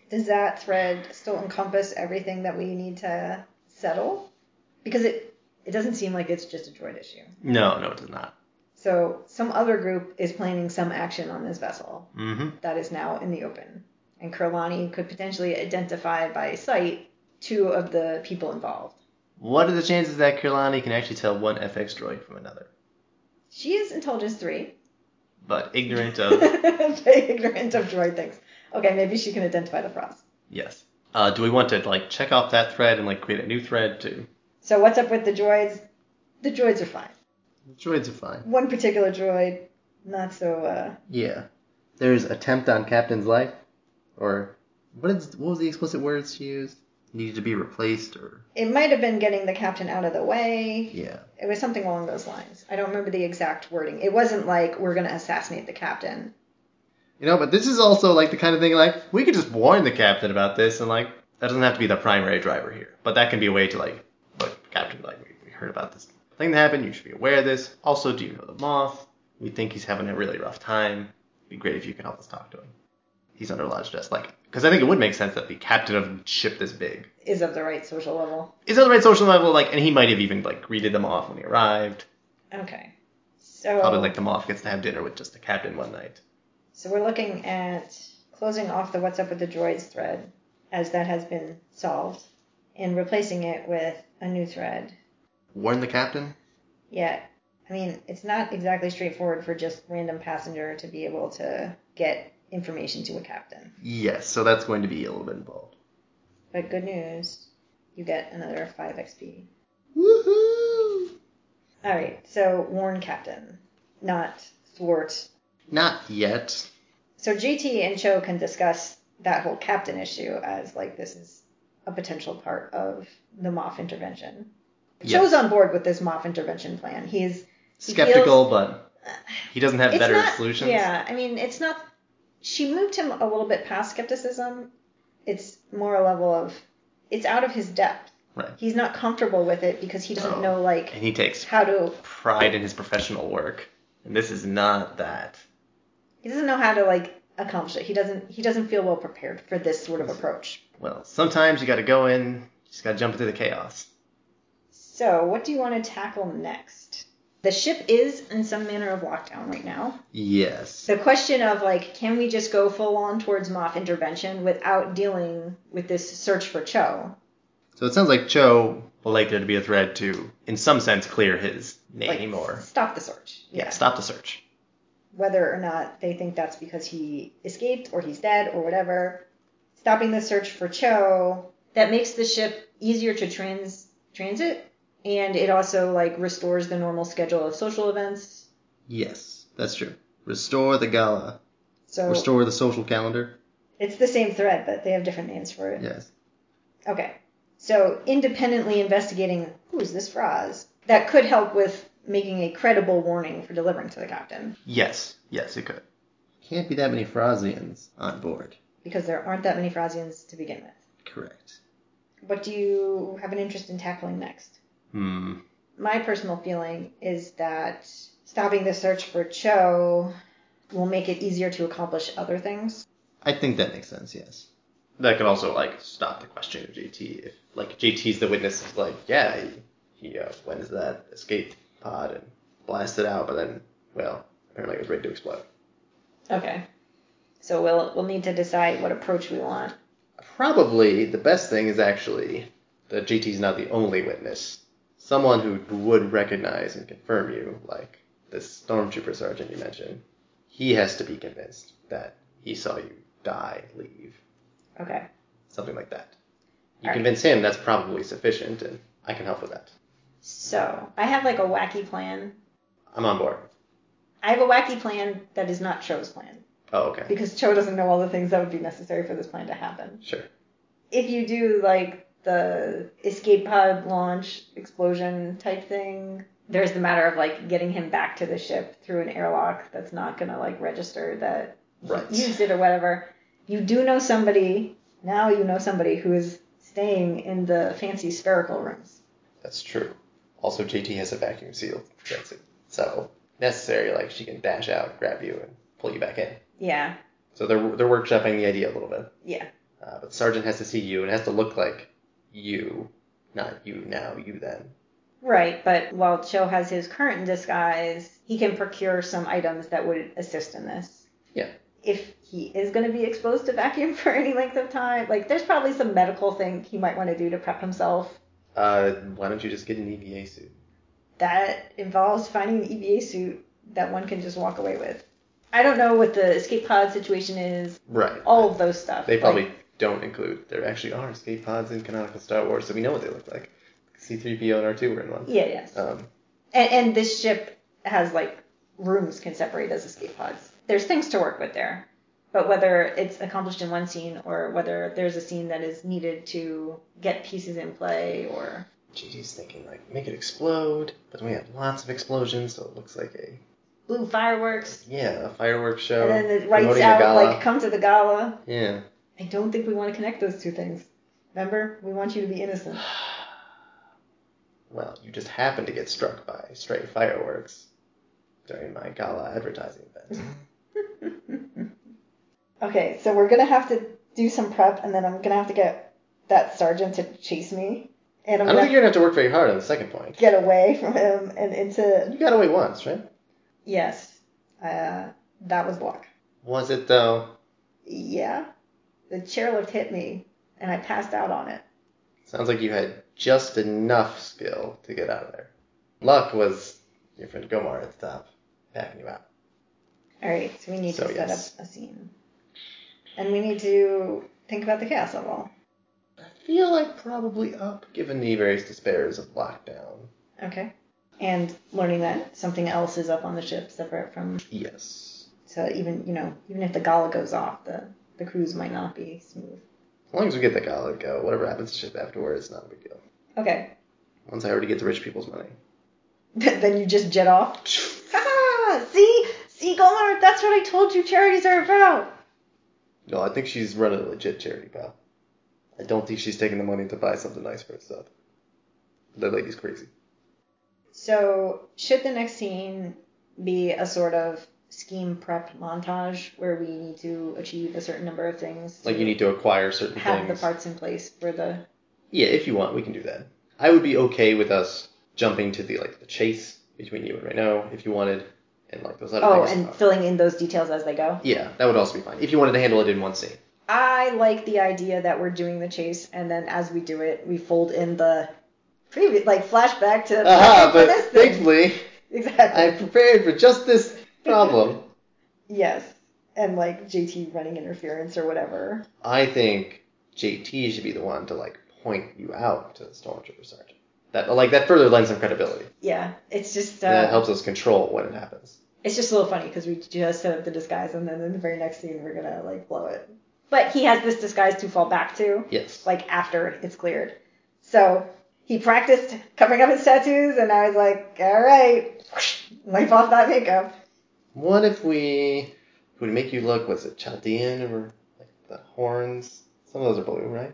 D: Does that thread still encompass everything that we need to settle? Because it it doesn't seem like it's just a droid issue.
B: No, no, it does not.
D: So some other group is planning some action on this vessel
B: Mm-hmm.
D: that is now in the open, and Kurlani could potentially identify by sight two of the people involved.
B: What are the chances that Kirlani can actually tell one FX droid from another?
D: She is intelligence three,
B: But ignorant of
D: very ignorant of droid things. Okay, maybe she can identify the frost.
B: yes. Uh, do we want to like check off that thread and like create a new thread too?
D: So what's up with the droids? The droids are fine.
B: Droids are fine.
D: One particular droid, not so. uh
B: Yeah. There's attempt on captain's life, or what is what was the explicit words she used? Needed to be replaced or
D: It might have been getting the captain out of the way.
B: yeah.
D: It was something along those lines. I don't remember the exact wording. It wasn't like we're gonna assassinate the captain.
B: You know, but this is also like the kind of thing like we could just warn the captain about this, and like that doesn't have to be the primary driver here, but that can be a way to like, look, captain, like we, we heard about this thing that happened. You should be aware of this. Also, do you know the moth? We think he's having a really rough time. It'd be great if you can help us talk to him. He's under a lot of stress, like because I think it would make sense that the captain of a ship this big
D: Is of the right social level.
B: is on the right social level, like, and he might have even like greeted them off when he arrived.
D: Okay. So
B: Probably like the moth gets to have dinner with just the captain one night.
D: so we're looking at closing off the what's up with the droids thread, as that has been solved, and replacing it with a new thread
B: Warn the captain.
D: Yeah. I mean, it's not exactly straightforward for just random passenger to be able to get information to a captain.
B: Yes, so that's going to be a little bit involved.
D: But good news, you get another 5 XP.
B: Woohoo!
D: All right, so warn captain, not thwart.
B: Not yet.
D: So JT and Cho can discuss that whole captain issue as like this is a potential part of the Moff intervention.
B: Yes.
D: Cho's on board with this Moff intervention plan. He is He
B: Skeptical, but he doesn't have
D: it's
B: better
D: not-
B: solutions.
D: Yeah, I mean, it's not. She moved him a little bit past skepticism. It's more a level of it's out of his depth.
B: Right. Oh.
D: He's not comfortable with it because he doesn't
B: No.
D: know like
B: And he takes
D: how to.
B: pride in his professional work. And this is not that.
D: He doesn't know how to like accomplish it. He doesn't. He doesn't feel well prepared for this sort of approach.
B: Well, sometimes you gotta go in, just gotta jump into the chaos.
D: So, what do you want to tackle next? The ship is in some manner of lockdown right now.
B: Yes.
D: The question of like, can we just go full on towards Moff intervention without dealing with this search for Cho?
B: So it sounds like Cho will like there to be a threat to, in some sense, clear his
D: Like,
B: name or
D: stop the search.
B: yeah, stop the search.
D: whether or not they think that's because he escaped or he's dead or whatever. Stopping the search for Cho that makes the ship easier to trans transit, and it also like restores the normal schedule of social events.
B: Yes, that's true. Restore the gala.
D: So
B: Restore the social calendar.
D: it's the same thread, but they have different names for it.
B: Yes.
D: Okay, so independently investigating who's this Fraz that could help with making a credible warning for delivering to the captain
B: Yes. Yes, it could. Can't be that many Frazians on board.
D: because there aren't that many Frazians to begin with.
B: Correct.
D: What do you have an interest in tackling next?
B: Hmm.
D: my personal feeling is that stopping the search for Cho will make it easier to accomplish other things.
B: I think that makes sense, yes. That could also, like, stop the question of JT. If, like, JT's the witness, it's like, yeah, he, he uh, went into that escape pod and blasted out, but then, well, apparently it was ready to explode.
D: Okay. So we'll we'll need to decide what approach we want.
B: Probably the best thing is actually that GT's not the only witness. Someone who would recognize and confirm you, like this stormtrooper sergeant you mentioned, he has to be convinced that he saw you die, leave,
D: Okay.
B: something like that. You
D: Alright.
B: convince him that's probably sufficient, and I can help with that.
D: So I have like a wacky plan.
B: I'm on board.
D: I have a wacky plan that is not Cho's plan
B: Oh, okay.
D: because Cho doesn't know all the things that would be necessary for this plan to happen.
B: Sure.
D: If you do like the escape pod launch explosion type thing, there's the matter of like getting him back to the ship through an airlock that's not gonna like register that
B: Right.
D: used it or whatever. You do know somebody now. You know somebody who is staying in the fancy spherical rooms.
B: That's true. Also, JT has a vacuum seal. That's it. So, necessary, like, she can dash out, grab you, and pull you back in.
D: Yeah,
B: So they're, they're workshopping the idea a little bit.
D: yeah.
B: Uh, but Sergeant has to see you and it has to look like you, not you now, you then.
D: Right, but while Cho has his current disguise, he can procure some items that would assist in this.
B: Yeah.
D: If he is going to be exposed to vacuum for any length of time, like there's probably some medical thing he might want to do to prep himself.
B: Uh, why don't you just get an EVA suit?
D: That involves finding an EVA suit that one can just walk away with. I don't know what the escape pod situation is,
B: Right.
D: all of those stuff.
B: They
D: Like,
B: probably don't include. There actually are escape pods in canonical Star Wars, so we know what they look like. C3PO and R2 were in one.
D: Yeah, yes.
B: Um,
D: And, and this ship has like rooms can separate as escape pods. There's things to work with there, but whether it's accomplished in one scene or whether there's a scene that is needed to get pieces in play or
B: GD's thinking, like, make it explode, but we have lots of explosions, so it looks like a,
D: blue fireworks,
B: yeah, a fireworks show.
D: and then the lights
B: promoting a
D: out
B: gala.
D: like come to the gala.
B: Yeah.
D: I don't think we want to connect those two things. Remember, we want you to be innocent.
B: Well, you just happened to get struck by stray fireworks during my gala advertising event.
D: Okay, so we're gonna have to do some prep, and then I'm gonna have to get that sergeant to chase me, and
B: I
D: I'm
B: don't think
D: gonna
B: you're gonna have to work very hard on the second point.
D: get away from him and into
B: You got away once, right?
D: Yes. Uh, that was luck.
B: Was it though?
D: Yeah. The chairlift hit me and I passed out on it.
B: Sounds like you had just enough skill to get out of there. Luck was your friend Gomar at the top, backing you out.
D: All right, so we need
B: So,
D: to set
B: yes.
D: up a scene. And we need to think about the chaos level.
B: I feel like probably up, given the various despairs of lockdown.
D: Okay. And learning that something else is up on the ship separate from
B: Yes.
D: so even you know, even if the gala goes off, the, the cruise might not be smooth.
B: As long as we get the gala to go, whatever happens to ship afterwards, it's not a big deal.
D: Okay.
B: Once I already get the rich people's money.
D: But then you just jet off. Ah, see? See, Gomer, that's what I told you charities are about.
B: No, I think she's running a legit charity, pal. I don't think she's taking the money to buy something nice for herself. That lady's crazy.
D: So, should the next scene be a sort of scheme prep montage where we need to achieve a certain number of things?
B: Like you need to acquire certain
D: have
B: things.
D: the parts in place for the.
B: Yeah, if you want, we can do that. I would be okay with us jumping to the like the chase between you and Reno if you wanted, and like those other
D: Oh,
B: things. Uh,
D: and filling in those details as they go.
B: yeah, that would also be fine if you wanted to handle it in one scene.
D: I like the idea that we're doing the chase, and then as we do it, we fold in the previous, like flashback to
B: Aha!
D: for
B: Uh-huh, But
D: this thing.
B: thankfully,
D: Exactly.
B: I prepared for just this problem.
D: Yes, and like JT running interference or whatever.
B: I think JT should be the one to like point you out to the stormtrooper sergeant. That like that further lends some credibility.
D: Yeah, it's just
B: and that
D: uh,
B: helps us control when it happens.
D: it's just a little funny because we just set up the disguise, and then in the very next scene we're gonna like blow it. But he has this disguise to fall back to,
B: Yes.
D: like after it's cleared. So he practiced covering up his tattoos, and I was like, all right, wipe off that makeup.
B: What if we would make you look? Was it Chaldean or like the horns? Some of those are blue, right?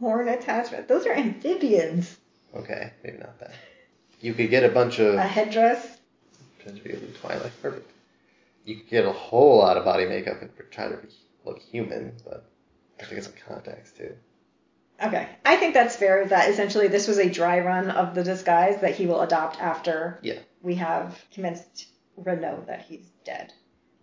D: Horn attachment. Those are amphibians.
B: Okay, maybe not that. You could get a bunch of
D: A headdress.
B: pretend to be in Twilight. Perfect. You could get a whole lot of body makeup and try to be, look human, but I think it's some contacts too.
D: Okay, I think that's fair. That essentially this was a dry run of the disguise that he will adopt after
B: Yeah.
D: we have convinced Renault that he's dead.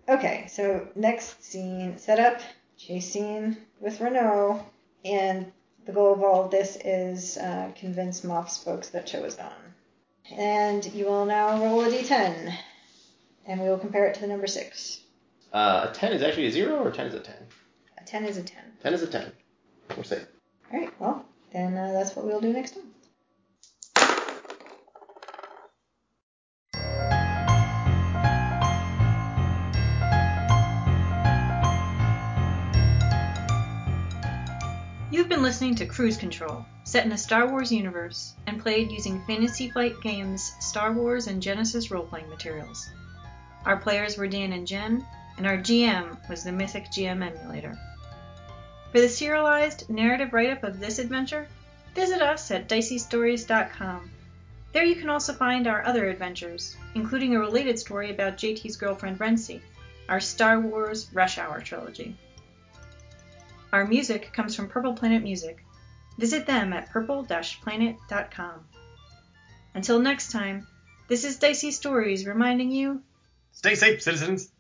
D: Okay, so next scene setup, chase scene with Renault, and the goal of all this is uh, convince Moff's folks that Cho is gone. And you will now roll a d10, and we will compare it to the number six.
B: Uh, a ten is actually a zero, or ten is a ten.
D: A ten is a ten.
B: Ten is a ten. We're safe.
D: All right, well, then uh, that's what we'll do next time.
E: You've been listening to Cruise Control, set in a Star Wars universe and played using Fantasy Flight Games, Star Wars, and Genesis role playing materials. Our players were Dan and Jen, and our GM was the Mythic GM emulator. For the serialized narrative write up of this adventure, visit us at diceystories.com. There you can also find our other adventures, including a related story about JT's girlfriend Rency, our Star Wars Rush Hour trilogy. Our music comes from Purple Planet Music. Visit them at purple-planet.com. Until next time, this is Dicey Stories reminding you
C: Stay safe, citizens.